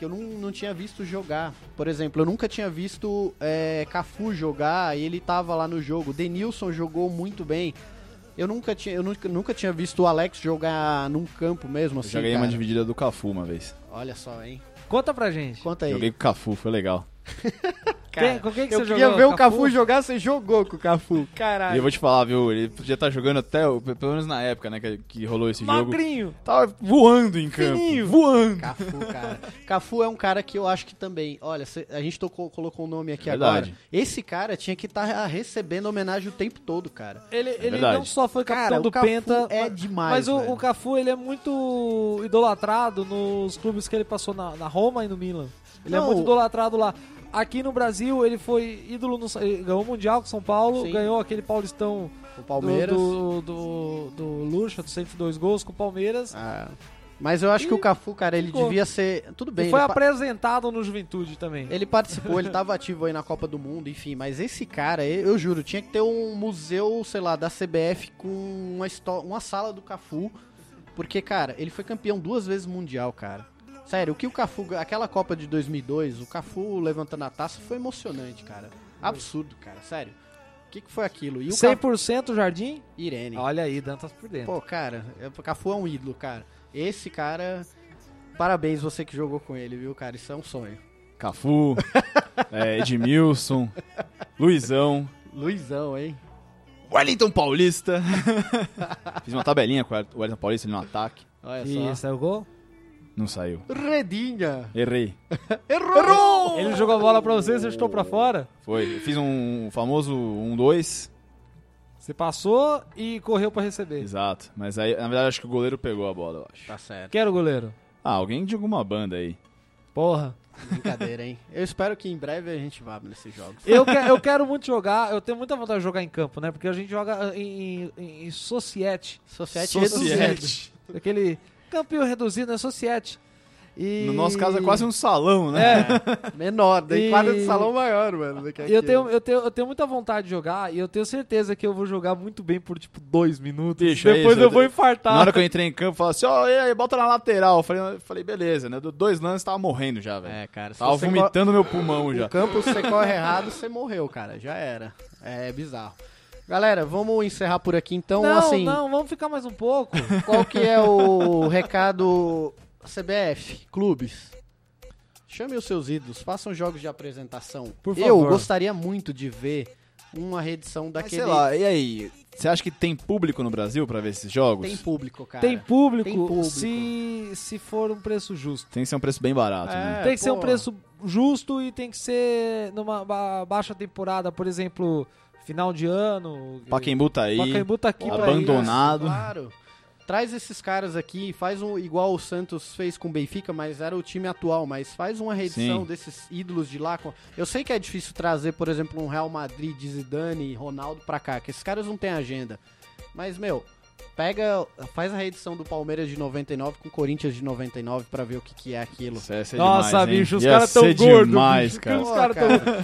[SPEAKER 3] que eu não, não tinha visto jogar. Por exemplo, eu nunca tinha visto é, Cafu jogar e ele tava lá no jogo. Denilson jogou muito bem. Eu nunca tinha, eu nunca, nunca tinha visto o Alex jogar num campo mesmo assim.
[SPEAKER 2] Eu já ganhei
[SPEAKER 3] cara.
[SPEAKER 2] uma dividida do Cafu uma vez.
[SPEAKER 3] Olha só, hein?
[SPEAKER 1] Conta pra gente.
[SPEAKER 3] Conta aí.
[SPEAKER 2] Joguei com o Cafu, foi legal.
[SPEAKER 1] Quem- com quem que
[SPEAKER 3] eu
[SPEAKER 1] você
[SPEAKER 3] queria
[SPEAKER 1] jogou,
[SPEAKER 3] ver o
[SPEAKER 1] Cafu?
[SPEAKER 3] Cafu jogar, você jogou com o Cafu.
[SPEAKER 2] E eu vou te falar, viu? Ele podia estar jogando até, o- pelo menos na época, né, que, que rolou esse jogo.
[SPEAKER 1] Magrinho.
[SPEAKER 2] Tava voando em campo. Voando.
[SPEAKER 3] Cafu, cara. Cafu é um cara que eu acho que também. Olha, cê- a gente tocou- colocou um nome aqui
[SPEAKER 1] É
[SPEAKER 2] Verdade.
[SPEAKER 3] agora. Esse cara tinha que estar recebendo homenagem o tempo todo, cara.
[SPEAKER 1] Ele, ele
[SPEAKER 2] verdade.
[SPEAKER 1] não só foi capitão
[SPEAKER 3] Cara,
[SPEAKER 1] do
[SPEAKER 3] o Cafu
[SPEAKER 1] Penta,
[SPEAKER 3] é
[SPEAKER 1] mas-
[SPEAKER 3] demais.
[SPEAKER 1] mas o,
[SPEAKER 3] velho.
[SPEAKER 1] o Cafu ele é muito idolatrado nos clubes que ele passou na, na Roma e no Milan. Ele é
[SPEAKER 3] Não,
[SPEAKER 1] muito
[SPEAKER 3] o-
[SPEAKER 1] idolatrado lá. Aqui no Brasil ele foi ídolo, no, ele ganhou o Mundial com São Paulo,
[SPEAKER 3] Sim.
[SPEAKER 1] ganhou aquele paulistão
[SPEAKER 3] o
[SPEAKER 1] do,
[SPEAKER 3] Palmeiras.
[SPEAKER 1] do, do, do Lucha, dos 102 gols com o Palmeiras.
[SPEAKER 3] Ah, mas eu acho que o Cafu, cara, ele
[SPEAKER 1] ficou.
[SPEAKER 3] devia ser. Tudo bem,
[SPEAKER 1] e foi
[SPEAKER 3] ele pa-
[SPEAKER 1] apresentado no Juventude também.
[SPEAKER 3] Ele participou, ele tava ativo aí na Copa do Mundo, enfim, mas esse cara, eu eu juro, tinha que ter um museu, sei lá, da CBF com uma, histó- uma sala do Cafu, porque, cara, ele foi campeão duas vezes mundial, cara. Sério, o que o Cafu, ga- aquela Copa de 2002, o Cafu levantando a taça foi emocionante, cara. Absurdo, cara, sério. O que, que foi aquilo? E o Cafu,
[SPEAKER 1] 100% Jardim?
[SPEAKER 3] Irene.
[SPEAKER 1] Olha aí, Dantas por dentro.
[SPEAKER 3] Pô, cara, é- o Cafu é um ídolo, cara. Esse cara, parabéns você que jogou com ele, viu, cara? Isso é um sonho.
[SPEAKER 2] Cafu, é, Edmilson, Luizão,
[SPEAKER 3] Luizão, hein?
[SPEAKER 2] Wellington Paulista. Fiz uma tabelinha com o Wellington Paulista ali no ataque.
[SPEAKER 3] Olha só.
[SPEAKER 1] e saiu é o gol?
[SPEAKER 2] Não saiu.
[SPEAKER 3] Redinha.
[SPEAKER 2] Errei.
[SPEAKER 3] Errou!
[SPEAKER 1] Ele jogou a bola pra você, você chutou pra fora?
[SPEAKER 2] Foi. Eu fiz um famoso 1-2.
[SPEAKER 1] Você passou e correu pra receber.
[SPEAKER 2] Exato. Mas aí, na verdade, acho que o goleiro pegou a bola, eu acho.
[SPEAKER 3] Tá certo.
[SPEAKER 1] Quero goleiro.
[SPEAKER 2] Ah, alguém de alguma banda aí.
[SPEAKER 1] Porra.
[SPEAKER 3] Brincadeira, hein? Eu espero que em breve a gente vá nesses jogos.
[SPEAKER 1] Eu, que- eu quero muito jogar, eu tenho muita vontade de jogar em campo, né? Porque a gente joga em, em, em societe.
[SPEAKER 3] Societe reduzido.
[SPEAKER 2] Societe.
[SPEAKER 1] Aquele campinho reduzido, é societe. E...
[SPEAKER 2] No nosso caso é quase um salão, né?
[SPEAKER 1] É,
[SPEAKER 3] Menor, daí
[SPEAKER 1] E-
[SPEAKER 3] quadra de salão maior, mano. do que
[SPEAKER 1] eu
[SPEAKER 3] aqui.
[SPEAKER 1] tenho, eu, tenho, eu tenho muita vontade de jogar e eu tenho certeza que eu vou jogar muito bem por tipo dois minutos.
[SPEAKER 2] Bicho, é
[SPEAKER 1] Depois
[SPEAKER 2] isso,
[SPEAKER 1] eu
[SPEAKER 2] eu
[SPEAKER 1] vou
[SPEAKER 2] te-
[SPEAKER 1] infartar.
[SPEAKER 2] Na hora que eu entrei em campo, falaram assim, ó, e aí, bota na lateral. Eu falei, eu falei, beleza, né? Deu dois lances, tava morrendo já, velho.
[SPEAKER 3] É, cara. Se
[SPEAKER 2] tava
[SPEAKER 3] você
[SPEAKER 2] vomitando meu pulmão
[SPEAKER 3] co-
[SPEAKER 2] já.
[SPEAKER 3] no campo, se você corre errado, você morreu, cara. Já era. É bizarro. Galera, vamos encerrar por aqui
[SPEAKER 2] um
[SPEAKER 3] então.
[SPEAKER 1] não,
[SPEAKER 3] assim,
[SPEAKER 1] não, vamos ficar mais um pouco.
[SPEAKER 3] qual que é o recado CBF, clubes? Chame os seus ídolos, façam jogos de apresentação.
[SPEAKER 1] Por
[SPEAKER 3] Eu
[SPEAKER 1] favor.
[SPEAKER 3] gostaria muito de ver uma reedição
[SPEAKER 2] Mas
[SPEAKER 3] daquele.
[SPEAKER 2] sei lá, e aí? Você acha que tem público no Brasil pra ver esses jogos?
[SPEAKER 3] Tem público, cara.
[SPEAKER 1] tem público,
[SPEAKER 3] tem público.
[SPEAKER 1] Se, se for um preço justo.
[SPEAKER 2] Tem que ser um preço bem barato, né?
[SPEAKER 3] É,
[SPEAKER 1] tem que ser um
[SPEAKER 3] pô.
[SPEAKER 1] preço justo e tem que ser numa ba- baixa temporada, por exemplo, final de ano.
[SPEAKER 2] Paquembu tá aí.
[SPEAKER 1] É. Pacaembu tá aqui pra
[SPEAKER 2] Abandonado.
[SPEAKER 3] Claro. Traz esses caras aqui, faz um igual o Santos fez com o Benfica, mas era o time atual, mas faz uma reedição
[SPEAKER 2] Sim.
[SPEAKER 3] desses ídolos de lá. com- Eu sei que é difícil trazer, por exemplo, um Real Madrid, de Zidane, Ronaldo pra cá, que esses caras não têm agenda. Mas meu, pega, faz a reedição do Palmeiras de 99 com o Corinthians de 99 pra ver o que, que é aquilo.
[SPEAKER 2] Isso ia ser
[SPEAKER 1] Nossa,
[SPEAKER 2] demais, hein?
[SPEAKER 1] bicho, os
[SPEAKER 2] Ia
[SPEAKER 1] caras tão
[SPEAKER 2] ser
[SPEAKER 1] gordos,
[SPEAKER 2] demais,
[SPEAKER 1] bicho.
[SPEAKER 2] cara.
[SPEAKER 1] Os caras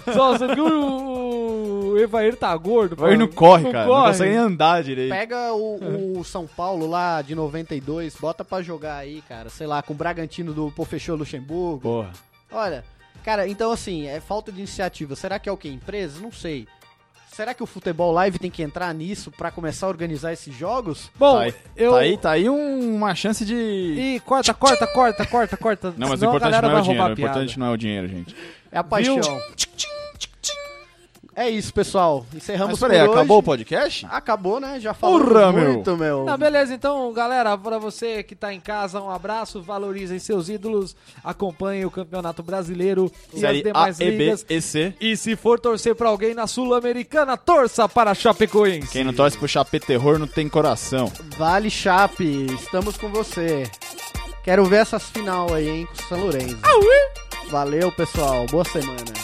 [SPEAKER 1] tão... Só, você viu o, o Evair tá gordo?
[SPEAKER 2] Vai
[SPEAKER 1] pô.
[SPEAKER 2] não corre, cara. Não
[SPEAKER 1] corre.
[SPEAKER 2] consegue nem andar direito.
[SPEAKER 3] Pega o, o São Paulo lá de 92, bota pra jogar aí, cara, sei lá, com o Bragantino do Pô Fechou Luxemburgo.
[SPEAKER 2] Porra.
[SPEAKER 3] Olha, cara, então assim, é falta de iniciativa. Será que é o quê? Empresa? Não sei. Será que o Futebol Live tem que entrar nisso pra começar a organizar esses jogos?
[SPEAKER 1] Bom,
[SPEAKER 2] tá, aí,
[SPEAKER 1] eu...
[SPEAKER 2] tá aí, tá aí um- uma chance de...
[SPEAKER 1] Ih, corta, corta, corta, corta, corta.
[SPEAKER 2] Não, mas o
[SPEAKER 1] senão a
[SPEAKER 2] importante
[SPEAKER 1] galera
[SPEAKER 2] não é o
[SPEAKER 1] vai roubar
[SPEAKER 2] dinheiro. O
[SPEAKER 1] a piada.
[SPEAKER 2] importante não é o dinheiro, gente.
[SPEAKER 3] É a paixão. É isso, pessoal. Encerramos
[SPEAKER 2] Mas peraí,
[SPEAKER 3] por hoje.
[SPEAKER 2] acabou o podcast?
[SPEAKER 3] Acabou, né? Já falamos
[SPEAKER 2] Porra, meu.
[SPEAKER 3] muito, meu.
[SPEAKER 1] Não, beleza, então, galera, pra você que tá em casa, um abraço, valorizem seus ídolos, acompanhem o Campeonato Brasileiro e as
[SPEAKER 2] Série A,
[SPEAKER 1] demais
[SPEAKER 2] E, B,
[SPEAKER 1] ligas.
[SPEAKER 2] e C.
[SPEAKER 1] E se for torcer pra alguém na Sul-Americana, torça para a Chapecoense.
[SPEAKER 2] Quem não torce pro chapé terror não tem coração.
[SPEAKER 3] Vale Chape, estamos com você. Quero ver essas final aí, hein, com o São Lourenço. Valeu, pessoal. Boa semana.